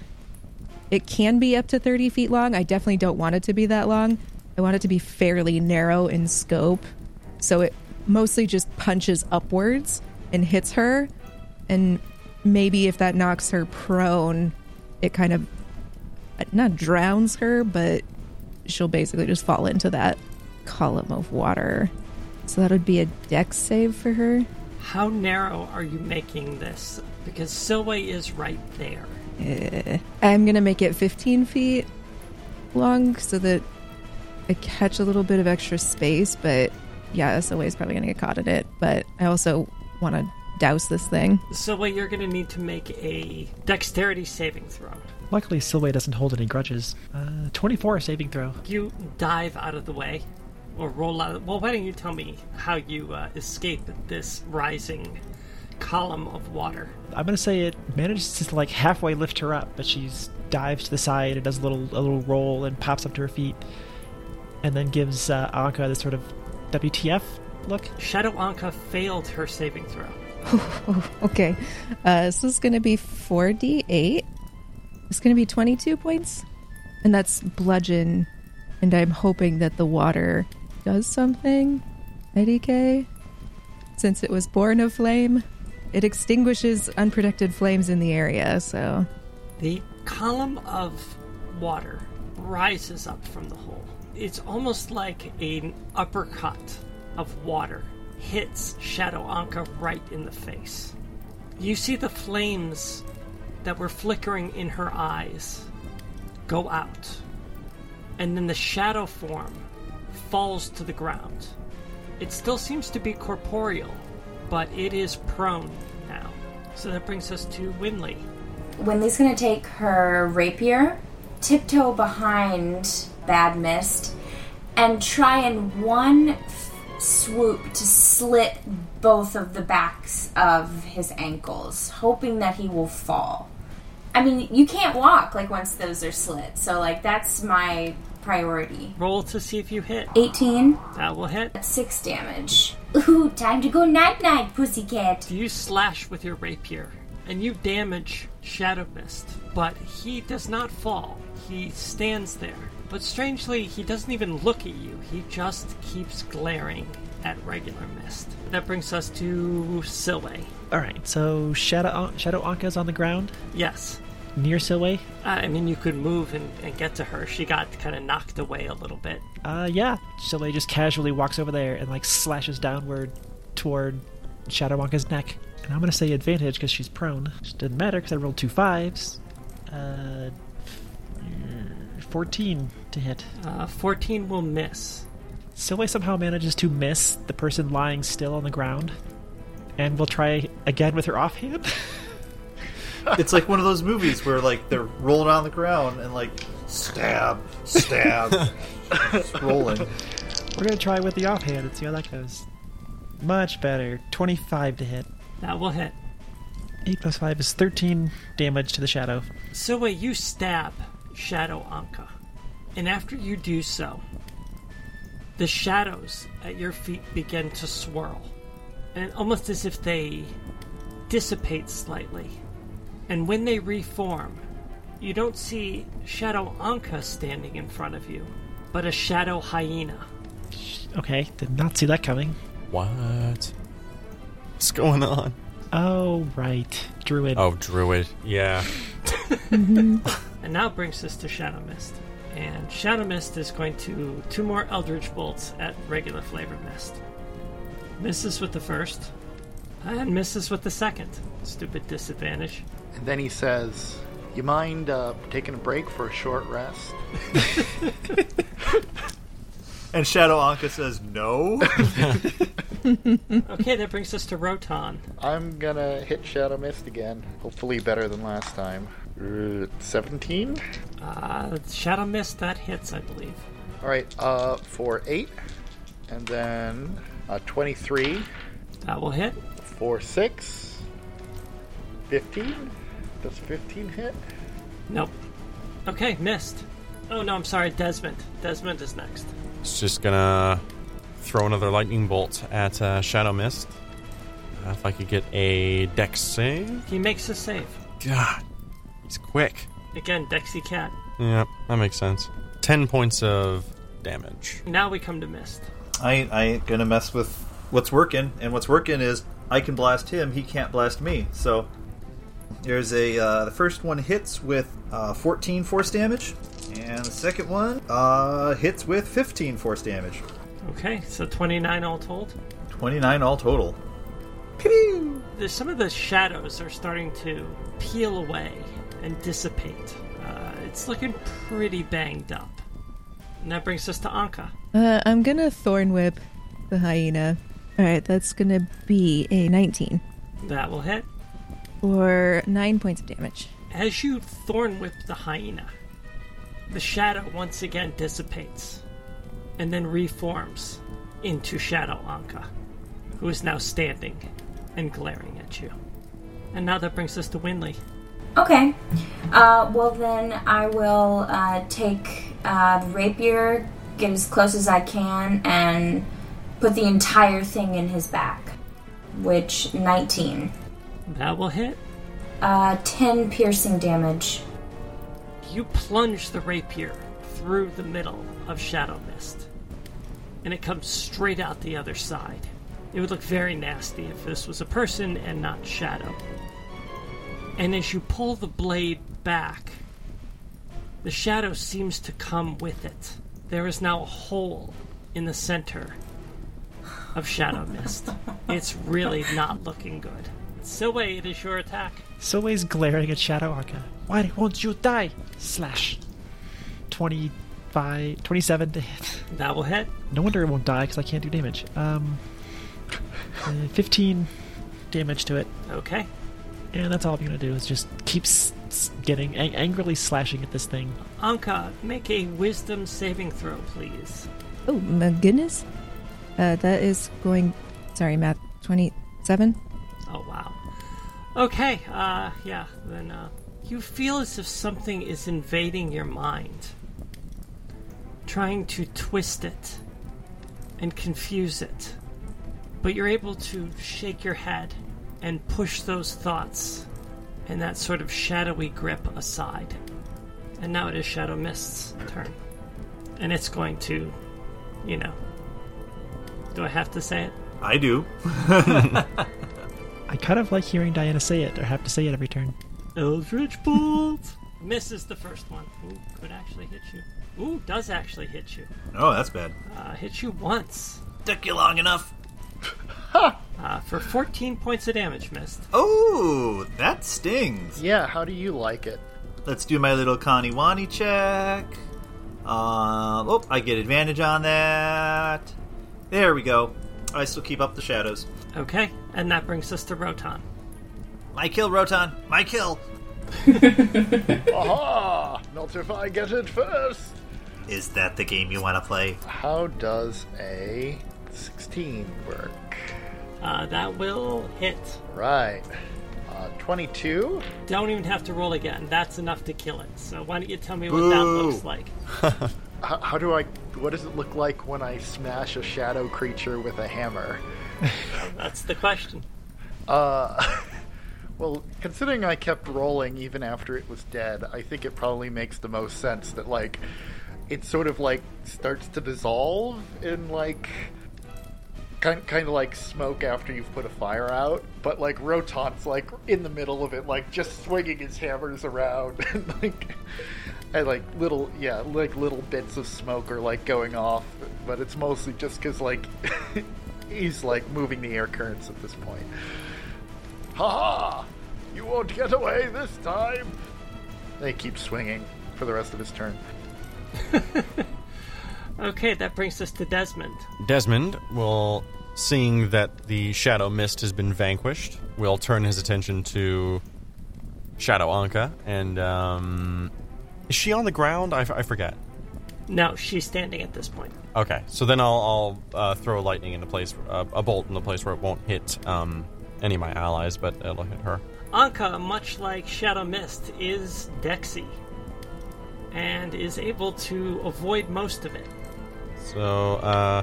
Speaker 7: It can be up to 30 feet long. I definitely don't want it to be that long. I want it to be fairly narrow in scope. So it mostly just punches upwards and hits her. And maybe if that knocks her prone, it kind of not drowns her, but she'll basically just fall into that column of water. So that would be a dex save for her.
Speaker 10: How narrow are you making this? Because Silway is right there.
Speaker 7: I'm gonna make it 15 feet long so that I catch a little bit of extra space. But yeah, SOA is probably gonna get caught in it. But I also want to douse this thing.
Speaker 10: Silway, you're going to need to make a dexterity saving throw.
Speaker 3: Luckily, Silway doesn't hold any grudges. Uh, 24 saving throw.
Speaker 10: You dive out of the way, or roll out. Of, well, why don't you tell me how you uh, escape this rising column of water?
Speaker 3: I'm gonna say it manages to like halfway lift her up, but she's dives to the side and does a little a little roll and pops up to her feet, and then gives uh, Anka this sort of WTF look.
Speaker 10: Shadow Anka failed her saving throw.
Speaker 7: Okay, uh, so this is gonna be 4d8. It's gonna be 22 points, and that's bludgeon. And I'm hoping that the water does something. IDK, since it was born of flame, it extinguishes unprotected flames in the area. So
Speaker 10: The column of water rises up from the hole. It's almost like an uppercut of water hits Shadow Anka right in the face. You see the flames that were flickering in her eyes go out, and then the shadow form falls to the ground. It still seems to be corporeal, but it is prone So that brings us to Winley.
Speaker 5: Winley's gonna take her rapier, tiptoe behind Bad Mist, and try in one f- swoop to slit both of the backs of his ankles, hoping that he will fall. I mean, you can't walk like once those are slit, so like that's my priority.
Speaker 10: Roll to see if you hit.
Speaker 5: 18,
Speaker 10: That will hit.
Speaker 5: six damage. Ooh, time to go night night, pussycat.
Speaker 10: You slash with your rapier, and you damage Shadow Mist, but he does not fall. He stands there. But strangely, he doesn't even look at you. He just keeps glaring at regular mist. That brings us to Silway.
Speaker 3: All right, so Shadow Shadow Anka's on the ground
Speaker 10: Yes. Uh,
Speaker 3: near Silway.
Speaker 10: I mean, you could move and, and get to her. She got kind of knocked away a little bit.
Speaker 3: Uh, yeah, Silway just casually walks over there and like slashes downward toward Shadow Anka's neck. And I'm gonna say advantage because she's prone. Just doesn't matter because I rolled two fives. Uh, fourteen to hit.
Speaker 10: Uh, 14 will miss.
Speaker 3: Silway somehow manages to miss the person lying still on the ground, and will try again with her offhand.
Speaker 1: It's like one of those movies where like they're rolling on the ground and like stab, stab, just rolling.
Speaker 3: We're gonna try with the offhand and see how that goes. Much better. Twenty-five to hit.
Speaker 10: That will hit.
Speaker 3: 8 plus 5 is 13 damage to the shadow.
Speaker 10: Silway, you stab Shadow Anka, and after you do so, the shadows at your feet begin to swirl, and almost as if they dissipate slightly. And when they reform, you don't see Shadow Anka standing in front of you, but a shadow hyena.
Speaker 3: Okay, did not see that coming.
Speaker 4: What? What's going on?
Speaker 3: Oh, right. Druid.
Speaker 4: Oh, druid. Yeah.
Speaker 10: And now brings us to Shadow Mist. And Shadow Mist is going to two more Eldritch Bolts at regular Flavor Mist. Misses with the first, and misses with the second. Stupid disadvantage.
Speaker 6: And then he says, You mind uh, taking a break for a short rest?
Speaker 1: And Shadow Anka says no.
Speaker 10: Okay, that brings us to Rotan.
Speaker 6: I'm gonna hit Shadow Mist again. Hopefully better than last time. Uh, 17?
Speaker 10: Uh, Shadow Mist, that hits, I believe.
Speaker 6: Alright, uh, for 8. And then uh, 23
Speaker 10: That will hit.
Speaker 6: for 6. 15? Does 15 hit?
Speaker 10: Nope. Okay, missed. Oh no, I'm sorry, Desmond. Desmond is next.
Speaker 4: It's just gonna throw another lightning bolt at uh, Shadow Mist. Uh, if I could get a dex save.
Speaker 10: He makes a save.
Speaker 4: God, he's quick.
Speaker 10: Again, Dexy Cat.
Speaker 4: Yeah, that makes sense. 10 points of damage.
Speaker 10: Now we come to Mist.
Speaker 1: I ain't, I ain't gonna mess with what's working, and what's working is I can blast him, he can't blast me. So there's a uh, the first one hits with uh, 14 force damage, and the second one uh, hits with 15 force damage.
Speaker 10: Okay, so 29 all told.
Speaker 1: 29 all total.
Speaker 10: there's some of the shadows are starting to peel away and dissipate. Uh, it's looking pretty banged up. And that brings us to Anka.
Speaker 7: Uh, I'm gonna thorn whip the hyena. All right, that's gonna be a 19
Speaker 10: That will hit.
Speaker 7: or nine points of damage.
Speaker 10: As you thorn whip the hyena, the shadow once again dissipates and then reforms into Shadow Anka, who is now standing and glaring at you. And now that brings us to Winley.
Speaker 5: Okay. Uh, well, then I will uh, take uh, the rapier, get as close as I can, and put the entire thing in his back, which 19.
Speaker 10: That will hit.
Speaker 5: Uh, 10 piercing damage.
Speaker 10: You plunge the rapier through the middle of Shadow Mist, and it comes straight out the other side. It would look very nasty if this was a person and not Shadow. And as you pull the blade back, the shadow seems to come with it. There is now a hole in the center of Shadow Mist. it's really not looking good. Silway, it is your attack.
Speaker 3: Silway's glaring at Shadow Anka. Why won't you die? Slash. 25, 27 to hit.
Speaker 10: That will hit.
Speaker 3: No wonder it won't die because I can't do damage. Um, uh, 15 damage to it.
Speaker 10: Okay.
Speaker 3: And that's all I'm gonna do is just keep s- s- getting ang- angrily slashing at this thing.
Speaker 10: Anka, make a wisdom saving throw, please.
Speaker 7: Oh my goodness. Uh, that is going. Sorry, math. Twenty-seven.
Speaker 10: Oh, wow. Okay, uh, yeah, then, uh, you feel as if something is invading your mind, trying to twist it and confuse it. But you're able to shake your head and push those thoughts and that sort of shadowy grip aside. And now it is Shadow Mist's turn. And it's going to, you know. Do I have to say it?
Speaker 1: I do.
Speaker 3: I kind of like hearing Diana say it, or have to say it every turn.
Speaker 10: Eldritch Bolt! Misses the first one. Ooh, could actually hit you. Ooh, does actually hit you.
Speaker 1: Oh, that's bad.
Speaker 10: Uh, hit you once.
Speaker 1: Took you long enough.
Speaker 10: Uh, for 14 points of damage, missed.
Speaker 1: Oh, that stings.
Speaker 6: Yeah, how do you like it?
Speaker 1: Let's do my little Kaniwani check. Um, oh, I get advantage on that. There we go. I still keep up the shadows.
Speaker 10: Okay, and that brings us to Rotan.
Speaker 1: My kill, Rotan. My kill
Speaker 6: Aha! Not if I get it first!
Speaker 1: Is that the game you want to play?
Speaker 6: How does a 16 work?
Speaker 10: Uh, that will hit.
Speaker 6: Right. Uh, 22?
Speaker 10: Don't even have to roll again. That's enough to kill it. So why don't you tell me what that
Speaker 1: Boo.
Speaker 10: looks like?
Speaker 6: H- how do I. What does it look like when I smash a shadow creature with a hammer?
Speaker 10: That's the question.
Speaker 6: Uh. Well, considering I kept rolling even after it was dead, I think it probably makes the most sense that, like, it sort of, like, starts to dissolve in, like. Kind, kind of like smoke after you've put a fire out, but like Roton's like in the middle of it, like just swinging his hammers around, and like and like little yeah, like little bits of smoke are like going off, but it's mostly just because like he's like moving the air currents at this point. Ha ha! You won't get away this time! They keep swinging for the rest of his turn.
Speaker 10: Okay, that brings us to Desmond.
Speaker 4: Desmond will, seeing that the shadow mist has been vanquished, will turn his attention to Shadow Anka. And um, is she on the ground? I, f- I forget.
Speaker 10: No, she's standing at this point.
Speaker 4: Okay, so then I'll, I'll uh, throw lightning into place, uh, a bolt in the place where it won't hit um, any of my allies, but it'll hit her.
Speaker 10: Anka, much like Shadow Mist, is Dexy and is able to avoid most of it.
Speaker 4: So, uh,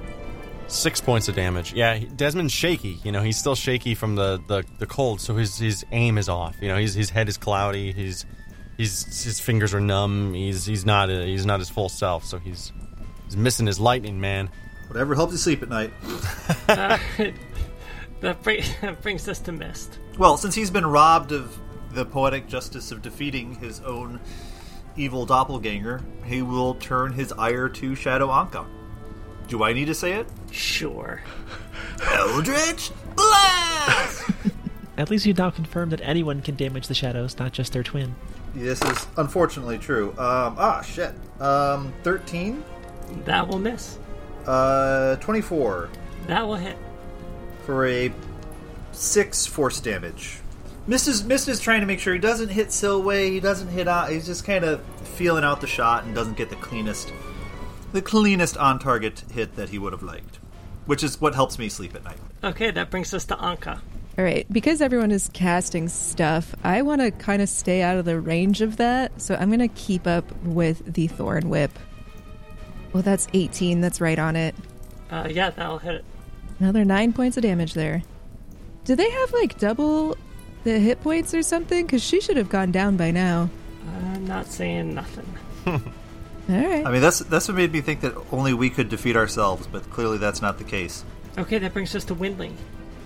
Speaker 4: six points of damage. Yeah, he- Desmond's shaky. You know, he's still shaky from the, the, the cold, so his his aim is off. You know, his his head is cloudy. He's he's his fingers are numb. He's he's not uh he's not his full self. So he's he's missing his lightning, man.
Speaker 1: Whatever helps you sleep at night.
Speaker 10: That bri- brings us to Mist.
Speaker 1: Well, since he's been robbed of the poetic justice of defeating his own evil doppelganger, he will turn his ire to Shadow Anka. Do I need to say it?
Speaker 10: Sure.
Speaker 1: Eldritch Blast!
Speaker 3: At least you now confirm that anyone can damage the shadows, not just their twin.
Speaker 1: this is unfortunately true. Um, ah, shit. Um, 13,
Speaker 10: That will miss.
Speaker 1: uh, 24
Speaker 10: That will hit.
Speaker 1: for a 6 force damage. Mist is, Mist is trying to make sure he doesn't hit Silway, he doesn't hit out, he's just kind of feeling out the shot and doesn't get the cleanest the cleanest on target hit that he would have liked, which is what helps me sleep at night.
Speaker 10: Okay, that brings us to Anka.
Speaker 7: All right, because everyone is casting stuff, I want to kind of stay out of the range of that, so I'm going to keep up with the thorn whip. Well, that's 18. That's right on it.
Speaker 10: Uh, yeah, that'll hit it.
Speaker 7: Another nine points of damage there. Do they have like double the hit points or something? Because she should have gone down by now.
Speaker 10: I'm not saying nothing.
Speaker 7: All right.
Speaker 1: I mean, that's that's what made me think that only we could defeat ourselves, but clearly that's not the case.
Speaker 10: Okay, that brings us to Windling.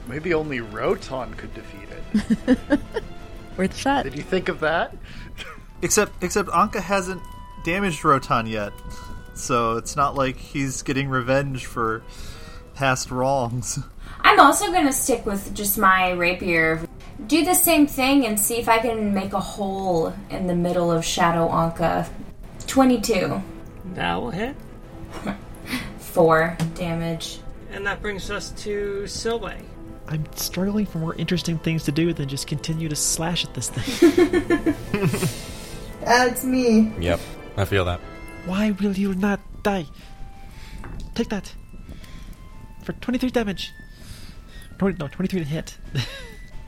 Speaker 6: Maybe only Roton could defeat it.
Speaker 7: Worth a shot.
Speaker 6: Did you think of that?
Speaker 1: Except except Anka hasn't damaged Rotan yet, so it's not like he's getting revenge for past wrongs.
Speaker 5: I'm also going to stick with just my rapier. Do the same thing and see if I can make a hole in the middle of Shadow Anka. 22.
Speaker 10: That will hit.
Speaker 5: 4 damage.
Speaker 10: And that brings us to Silway.
Speaker 3: I'm struggling for more interesting things to do than just continue to slash at this thing.
Speaker 11: That's me.
Speaker 4: Yep, I feel that.
Speaker 3: Why will you not die? Take that. For 23 damage. 20, no, 23 to hit.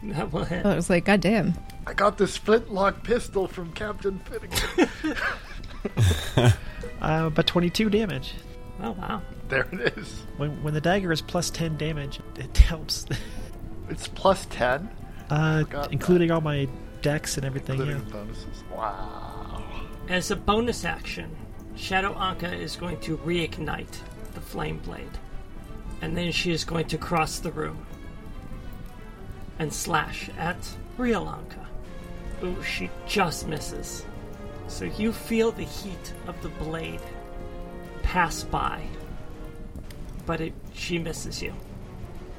Speaker 10: That will hit.
Speaker 7: Oh, it was like, God damn.
Speaker 6: I got this flintlock pistol from Captain Finnegan.
Speaker 3: Uh, but 22 damage.
Speaker 10: Oh wow.
Speaker 6: there it is.
Speaker 3: When, when the dagger is plus 10 damage, it helps.
Speaker 6: It's plus 10,
Speaker 3: Uh,
Speaker 6: Forgot
Speaker 3: including all my decks and everything.
Speaker 6: including
Speaker 3: Yeah.
Speaker 6: the bonuses. Wow.
Speaker 10: As a bonus action, Shadow Anka is going to reignite the flame blade. And then she is going to cross the room and slash at Real Anka. Ooh, she just misses. So you feel the heat of the blade pass by. But it, she misses you.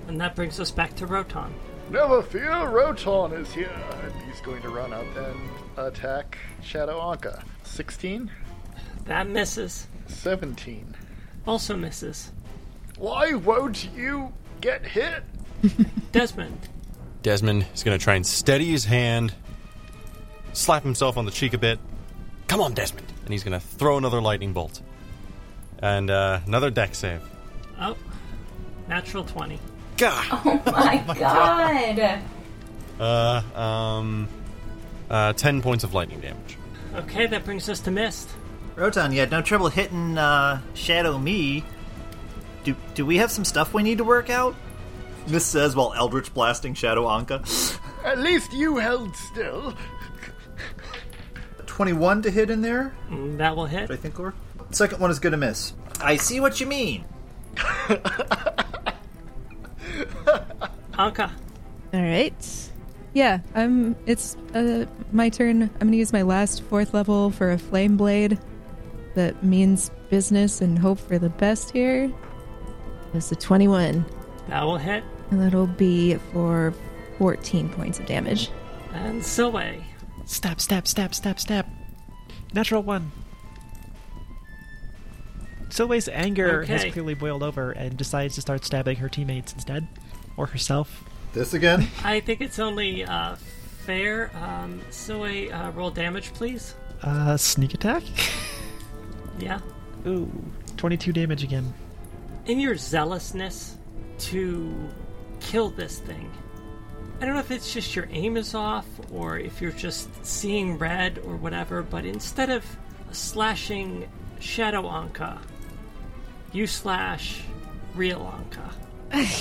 Speaker 10: And that brings us back to Roton.
Speaker 6: Never fear, Roton is here. And he's going to run up and attack Shadow Anka. 16,
Speaker 10: That misses.
Speaker 6: 17.
Speaker 10: Also misses.
Speaker 6: Why won't you get hit?
Speaker 10: Desmond,
Speaker 4: Desmond is going to try and steady his hand, slap himself on the cheek a bit. Come on, Desmond! And he's going to throw another lightning bolt. And uh, another deck save.
Speaker 10: oh, natural 20.
Speaker 4: God!
Speaker 5: Oh my god.
Speaker 4: Uh, um, uh, 10 points of lightning damage.
Speaker 10: Okay, that brings us to Mist.
Speaker 1: Roton, you had no trouble hitting uh, Shadow Me. Do, do we have some stuff we need to work out? Miss says while Eldritch blasting Shadow Anka.
Speaker 6: At least you held still.
Speaker 1: 21 to hit in there,
Speaker 10: Mm, That will hit.
Speaker 1: I think, or? Second one is gonna miss. I see what you mean.
Speaker 10: Anka,
Speaker 7: All right. Yeah, I'm. It's uh, my turn. I'm gonna use my last fourth level for a flame blade. That means business and hope for the best here. That's a 21,
Speaker 10: that will hit.
Speaker 7: and that'll be for 14 points of damage.
Speaker 10: And Silway.
Speaker 3: Stab, stab, stab, stab, stab. Natural one. Silway's anger
Speaker 10: Okay.
Speaker 3: has clearly boiled over and decides to start stabbing her teammates instead, or herself.
Speaker 1: This again?
Speaker 10: I think it's only uh, fair. Um, Silway, uh, roll damage, please.
Speaker 3: Uh, sneak attack.
Speaker 10: Yeah.
Speaker 3: Ooh, 22 damage again.
Speaker 10: In your zealousness to kill this thing, I don't know if it's just your aim is off or if you're just seeing red or whatever, but instead of slashing Shadow Anka, you slash Real Anka.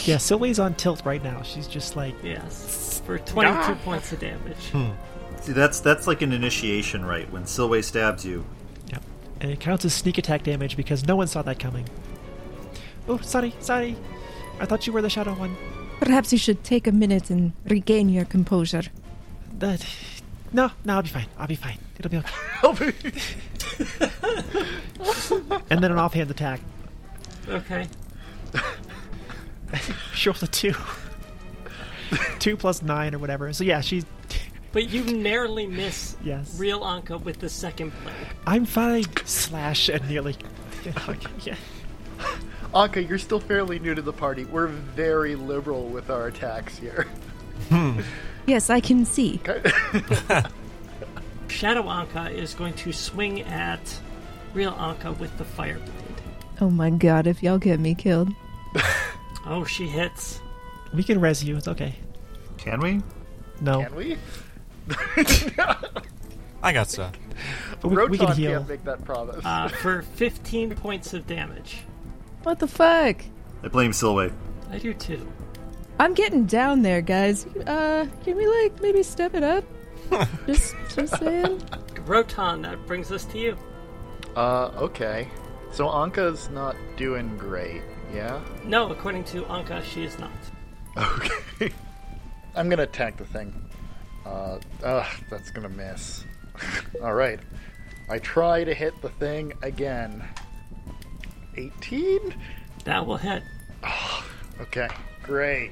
Speaker 3: Yeah, Silway's on tilt right now. She's just like,
Speaker 10: Yes. For 22 points of damage.
Speaker 1: See, that's that's like an initiation, right? When Silway stabs you.
Speaker 3: yeah. And it counts as sneak attack damage because no one saw that coming. Oh, sorry, sorry. I thought you were the shadow one.
Speaker 7: Perhaps you should take a minute and regain your composure.
Speaker 3: That. No, no, I'll be fine. I'll be fine. It'll be okay. and then an offhand attack.
Speaker 10: Okay.
Speaker 3: She rolled a two. two plus nine or whatever. So yeah, she's.
Speaker 10: But you narrowly miss
Speaker 3: Yes.
Speaker 10: real Anka with the second blade.
Speaker 3: I'm fine. Slash and nearly. Okay, yeah.
Speaker 6: Anka, you're still fairly new to the party. We're very liberal with our attacks here.
Speaker 3: Oh.
Speaker 7: Yes, I can see.
Speaker 10: Shadow Anka is going to swing at real Anka with the fire blade.
Speaker 7: Oh my god, if y'all get me killed.
Speaker 10: Oh, she hits.
Speaker 3: We can res you. It's okay.
Speaker 1: Can we?
Speaker 3: No,
Speaker 6: Can we?
Speaker 4: I got stuff.
Speaker 3: but we, we can
Speaker 6: Roton
Speaker 3: heal. Ah.
Speaker 6: not make that promise.
Speaker 10: Uh, for 15 points of damage.
Speaker 7: What the fuck?
Speaker 1: I blame Silway.
Speaker 10: I do too.
Speaker 7: I'm getting down there, guys. Uh, can we like maybe step it up? just, just saying.
Speaker 10: Roton, that brings us to you.
Speaker 6: Uh, okay. So Anka's not doing great, yeah?
Speaker 10: No, according to Anka, she is not.
Speaker 6: Okay. I'm gonna attack the thing. Uh, ugh, that's gonna miss. Alright. I try to hit the thing again. 18?
Speaker 10: That will hit.
Speaker 6: Okay, great.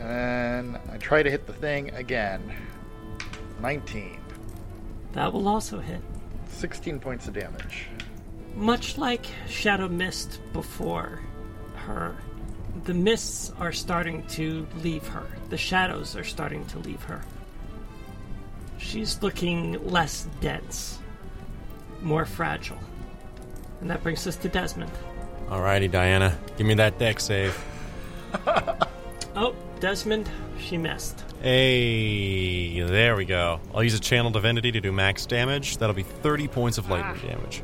Speaker 6: And I try to hit the thing again. 19.
Speaker 10: That will also hit.
Speaker 6: 16 points of damage.
Speaker 10: Much like Shadow Mist before her, the mists are starting to leave her. The shadows are starting to leave her. She's looking less dense, more fragile. And that brings us to Desmond.
Speaker 4: Alrighty, Diana. Give me that deck save.
Speaker 10: Oh, Desmond, she missed.
Speaker 4: Hey, there we go. I'll use a channel divinity to do max damage. That'll be 30 points of lightning damage.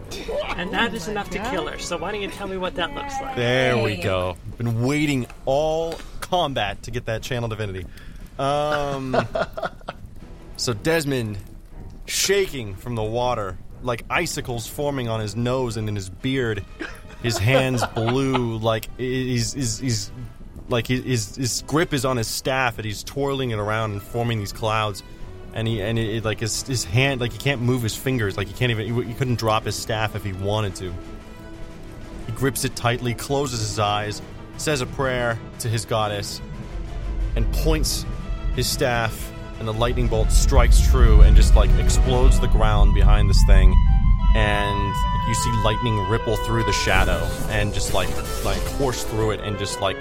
Speaker 10: And that is enough to kill her. So why don't you tell me what that looks like?
Speaker 4: There we
Speaker 5: Hey.
Speaker 4: go. Been waiting all combat to get that channel divinity. Um, so Desmond, shaking from the water, like icicles forming on his nose and in his beard, his hands blue, like he's he's, he's like his- his his grip is on his staff and he's twirling it around and forming these clouds. And he and it, it, like his his hand like he can't move his fingers like he can't even he, he couldn't drop his staff if he wanted to. He grips it tightly, closes his eyes, says a prayer to his goddess, and points his staff, and the lightning bolt strikes true and just like explodes the ground behind this thing. And you see lightning ripple through the shadow and just like like course through it and just like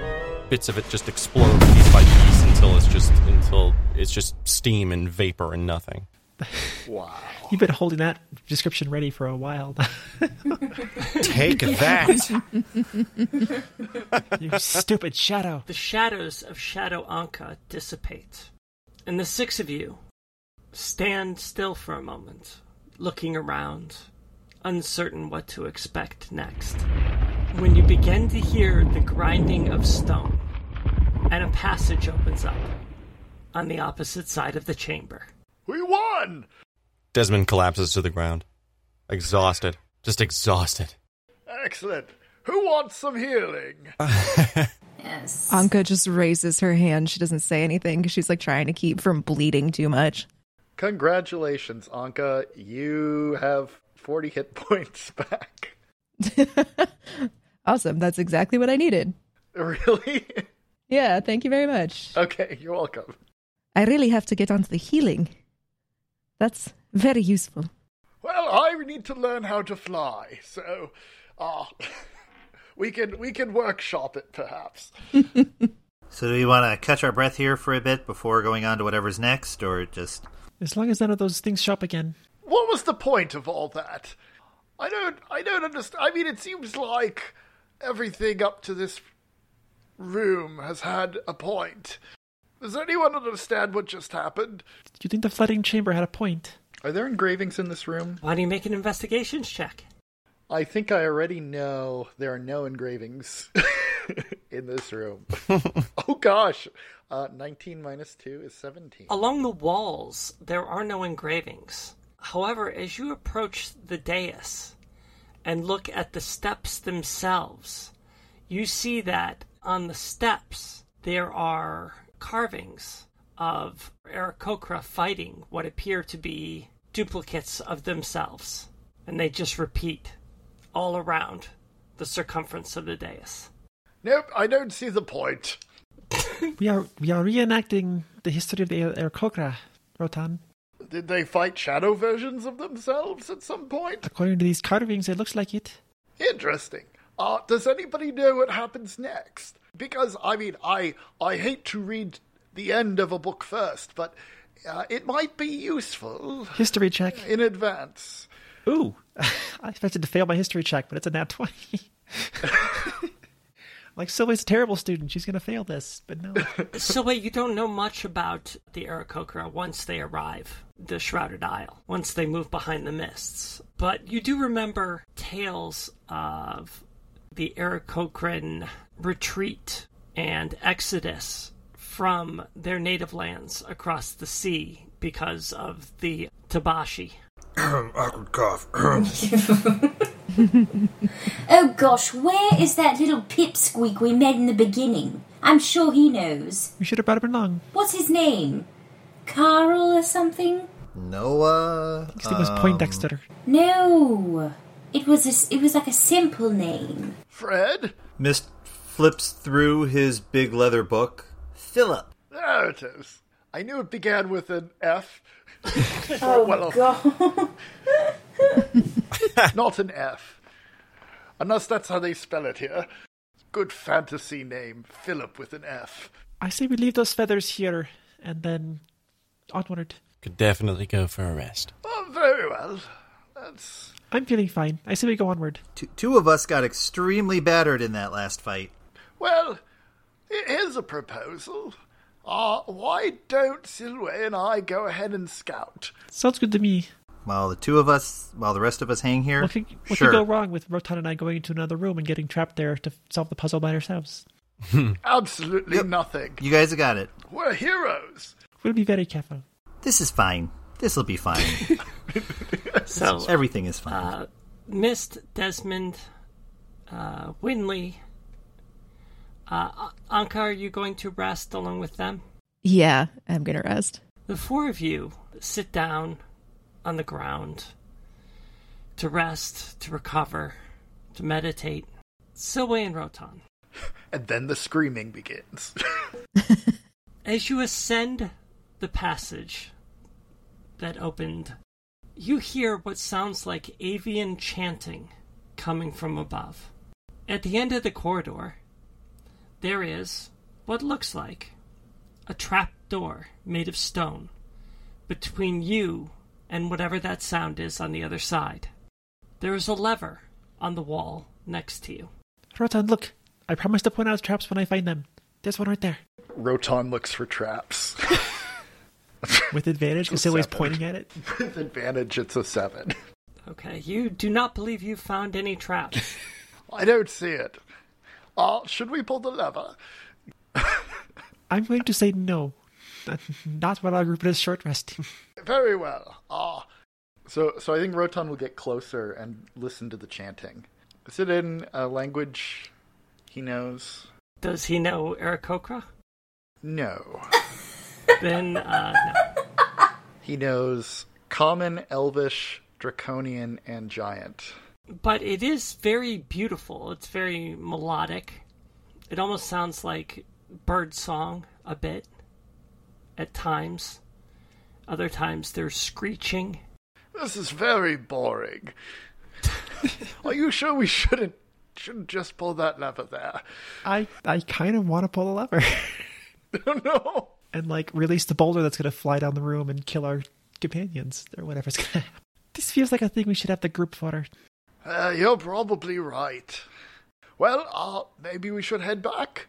Speaker 4: bits of it just explode piece by piece until it's just until it's just steam and vapor and nothing.
Speaker 3: You've been holding that description ready for a while.
Speaker 4: Take that.
Speaker 3: you stupid shadow.
Speaker 10: The shadows of Shadow Anka dissipate. And the six of you stand still for a moment, looking around, uncertain what to expect next. When you begin to hear the grinding of stone, and a passage opens up on the opposite side of the chamber.
Speaker 6: We won!
Speaker 4: Desmond collapses to the ground. Exhausted. Just exhausted.
Speaker 6: Excellent. Who wants some healing?
Speaker 5: Yes.
Speaker 7: Anka just raises her hand. She doesn't say anything because she's like trying to keep from bleeding too much.
Speaker 6: Congratulations, Anka. You have 40 hit points back.
Speaker 7: Awesome. That's exactly what I needed.
Speaker 6: Really?
Speaker 7: Yeah, thank you very much.
Speaker 6: Okay, you're welcome.
Speaker 7: I really have to get onto the healing. That's very useful.
Speaker 6: Well, I need to learn how to fly, so ah, we can we can workshop it perhaps.
Speaker 1: So, do we want to catch our breath here for a bit before going on to whatever's next, or just
Speaker 3: As long as none of those things show up again.
Speaker 6: What was the point of all that? I don't I don't understand. I mean, it seems like everything up to this room has had a point. Does anyone understand what just happened?
Speaker 3: Do you think the flooding chamber had a point?
Speaker 6: Are there engravings in this room?
Speaker 10: Why do you make an investigations check?
Speaker 6: I think I already know there are no engravings in this room. oh gosh, uh, nineteen minus two is seventeen.
Speaker 10: Along the walls, there are no engravings. However, as you approach the dais and look at the steps themselves, you see that on the steps there are carvings of Aarakocra fighting what appear to be duplicates of themselves. And they just repeat all around the circumference of the dais.
Speaker 6: Nope, I don't see the point.
Speaker 3: We are we are reenacting the history of the Aarakocra, Rotan.
Speaker 6: Did they fight shadow versions of themselves at some point?
Speaker 3: According to these carvings, it looks like it.
Speaker 6: Interesting. Uh, does anybody know what happens next? Because I mean, I I hate to read the end of a book first, but uh, it might be useful
Speaker 3: History check.
Speaker 6: in advance.
Speaker 3: Ooh, I expected to fail my history check, but it's a nat twenty. like Sylvia's a terrible student; she's gonna fail this. But no,
Speaker 10: So wait, you don't know much about the Aarakocra once they arrive, the Shrouded Isle, once they move behind the mists. But you do remember tales of the Aarakocran retreat and exodus from their native lands across the sea because of the Tabashi.
Speaker 2: Awkward cough.
Speaker 5: Oh gosh, where is that little pipsqueak we met in the beginning? I'm sure he knows.
Speaker 3: we should have brought him along.
Speaker 5: What's his name? Carl or something?
Speaker 1: Noah?
Speaker 3: His name was Poindexter.
Speaker 5: No. It was a, s- it was like a simple name.
Speaker 6: Fred,
Speaker 1: Mist flips through his big leather book. Philip.
Speaker 6: there it is. I knew it began with an F.
Speaker 5: Oh
Speaker 6: well,
Speaker 5: god.
Speaker 6: not an F. Unless that's how they spell it here. Good fantasy name, Philip with an F.
Speaker 3: I say we leave those feathers here and then onward.
Speaker 12: Could definitely go for a rest.
Speaker 6: Oh, very well. That's
Speaker 3: I'm feeling fine. I say we go onward.
Speaker 1: Two, two of us got extremely battered in that last fight.
Speaker 6: Well, it is a proposal. Uh, why don't Silway and I go ahead and scout?
Speaker 3: Sounds good to me.
Speaker 1: While the two of us, while the rest of us hang here,
Speaker 3: What could, what
Speaker 1: sure.
Speaker 3: could go wrong with Rotan and I going into another room and getting trapped there to solve the puzzle by ourselves?
Speaker 6: Absolutely nothing.
Speaker 1: You guys got it.
Speaker 6: We're heroes.
Speaker 3: We'll be very careful.
Speaker 1: This is fine. This'll be fine.
Speaker 2: So,
Speaker 1: Everything is fine.
Speaker 2: uh, Mist, Desmond, uh, Winley, uh, Anka, are you going to rest along with them?
Speaker 7: Yeah, I'm gonna rest.
Speaker 2: The four of you sit down on the ground to rest, to recover, to meditate. Silway and Rotan,
Speaker 6: And then the screaming begins.
Speaker 2: as you ascend the passage that opened, you hear what sounds like avian chanting coming from above. At the end of the corridor, there is what looks like a trap door made of stone between you and whatever that sound is on the other side. There is a lever on the wall next to you.
Speaker 3: Rotan, look. I promise to point out traps when I find them. There's one right there.
Speaker 6: Rotan looks for traps.
Speaker 3: With advantage, because Silway's pointing at it.
Speaker 6: With advantage, it's a seven.
Speaker 2: Okay, you do not believe you found any traps.
Speaker 6: I don't see it. Uh, should we pull the lever?
Speaker 3: I'm going to say no. Not while our group is short resting.
Speaker 6: Very well. Ah. So, so I think Rotan will get closer and listen to the chanting. Is it in a language he knows?
Speaker 2: Does he know Aarakocra?
Speaker 6: No.
Speaker 2: Then, uh, no.
Speaker 6: He knows common, elvish, draconian, and giant.
Speaker 2: But it is very beautiful. It's very melodic. It almost sounds like bird song a bit at times. Other times there's screeching.
Speaker 6: This is very boring. Are you sure we shouldn't shouldn't just pull that lever there?
Speaker 3: I, I kind of want to pull a lever
Speaker 6: no.
Speaker 3: and like release the boulder that's going to fly down the room and kill our companions or whatever's going to happen. This feels like a thing we should have the group for.
Speaker 6: Uh, you're probably right. Well, uh, maybe we should head back.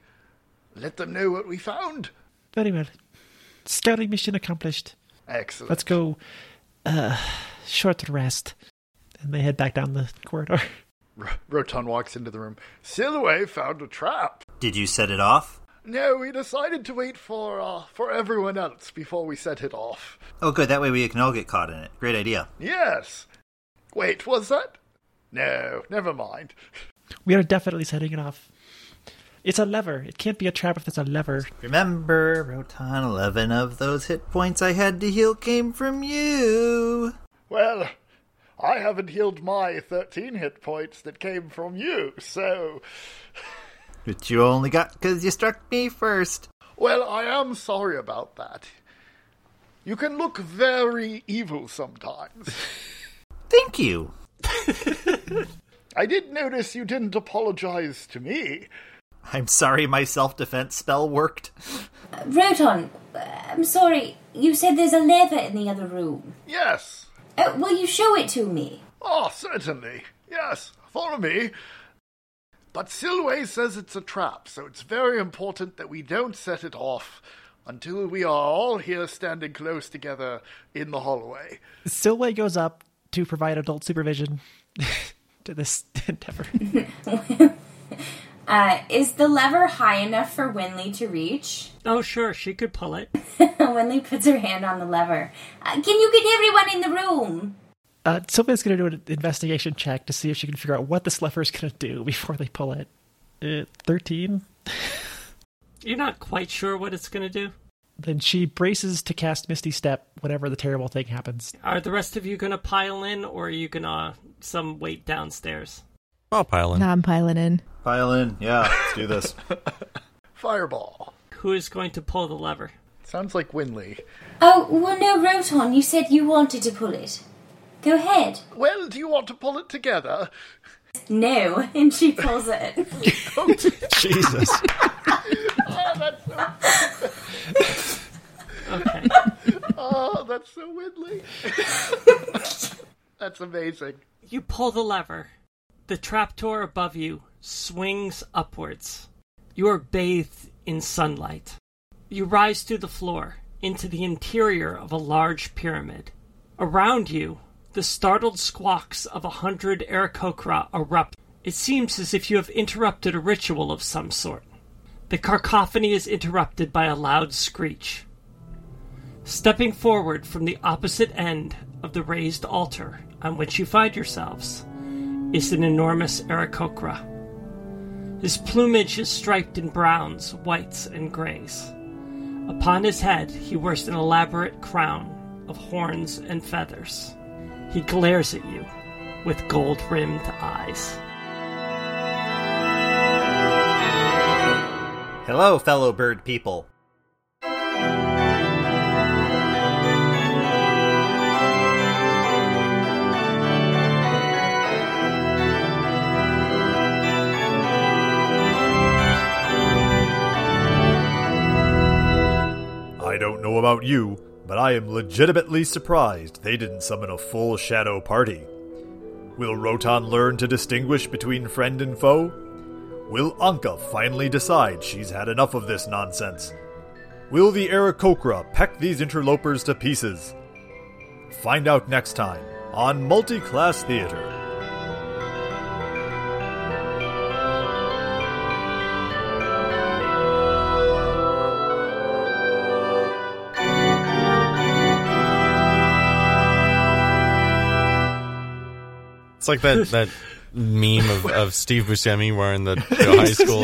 Speaker 6: Let them know what we found.
Speaker 3: Very well. Scouting mission accomplished.
Speaker 6: Excellent.
Speaker 3: Let's go. Uh, short rest. And they head back down the corridor.
Speaker 6: R- Rotan walks into the room. Silway found a trap.
Speaker 1: Did you set it off?
Speaker 6: No, we decided to wait for uh, for everyone else before we set it off.
Speaker 1: Oh, good. That way we can all get caught in it. Great idea.
Speaker 6: Yes. Wait, was that? No, never mind.
Speaker 3: We are definitely setting it off. It's a lever. It can't be a trap if it's a lever.
Speaker 1: Remember, Rotan, 11 of those hit points I had to heal came from you.
Speaker 6: Well, I haven't healed my 13 hit points that came from you, so.
Speaker 1: Which you only got because you struck me first.
Speaker 6: Well, I am sorry about that. You can look very evil sometimes.
Speaker 1: Thank you.
Speaker 6: I did notice you didn't apologize to me.
Speaker 1: I'm sorry my self defense spell worked.
Speaker 5: Roton, I'm sorry. You said there's a lever in the other room.
Speaker 6: Yes.
Speaker 5: Uh, will you show it to me?
Speaker 6: Oh, certainly. Yes, follow me. But Silway says it's a trap, so it's very important that we don't set it off until we are all here standing close together in the hallway.
Speaker 3: Silway goes up to provide adult supervision to this endeavor.
Speaker 5: Uh, is the lever high enough for Winley to reach?
Speaker 2: Oh, sure, she could pull it.
Speaker 5: Winley puts her hand on the lever. Uh, can you get everyone in the room?
Speaker 3: Uh, Silway's going to do an investigation check to see if she can figure out what this lever is going to do before they pull it. Uh, 13?
Speaker 2: You're not quite sure what it's going to do.
Speaker 3: Then she braces to cast Misty Step whenever the terrible thing happens.
Speaker 2: Are the rest of you going to pile in, or are you going to some wait downstairs?
Speaker 4: I'll pile in.
Speaker 7: Now I'm piling in.
Speaker 1: Pile in. Yeah, let's do this.
Speaker 6: Fireball.
Speaker 2: Who is going to pull the lever?
Speaker 6: Sounds like Winley.
Speaker 5: Oh, well, no, Roton, you said you wanted to pull it. Go ahead.
Speaker 6: Well, do you want to pull it together?
Speaker 5: no, and she pulls it.
Speaker 4: Jesus.
Speaker 6: Oh, that's so,
Speaker 2: Okay.
Speaker 6: oh, that's so Widley. that's amazing.
Speaker 2: You pull the lever. The trapdoor above you swings upwards. You are bathed in sunlight. You rise through the floor into the interior of a large pyramid. Around you, the startled squawks of a hundred Aarakocra erupt. It seems as if you have interrupted a ritual of some sort. The cacophony is interrupted by a loud screech. Stepping forward from the opposite end of the raised altar on which you find yourselves is an enormous Aarakocra. His plumage is striped in browns, whites, and grays. Upon his head, he wears an elaborate crown of horns and feathers. He glares at you with gold rimmed eyes.
Speaker 13: Hello, fellow bird people.
Speaker 1: I don't know about you, but I am legitimately surprised they didn't summon a full shadow party. Will Rotan learn to distinguish between friend and foe? Will Anka finally decide she's had enough of this nonsense? Will the Aarakocra peck these interlopers to pieces? Find out next time on Multi Class Theater.
Speaker 4: It's like that, that meme of, of Steve Buscemi wearing the, the high school.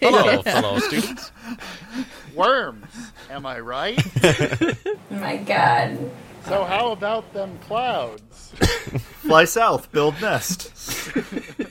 Speaker 4: Hello, fellow students.
Speaker 6: Worms, am I right?
Speaker 5: Oh my god.
Speaker 6: So how about them clouds?
Speaker 13: Fly south, build nest.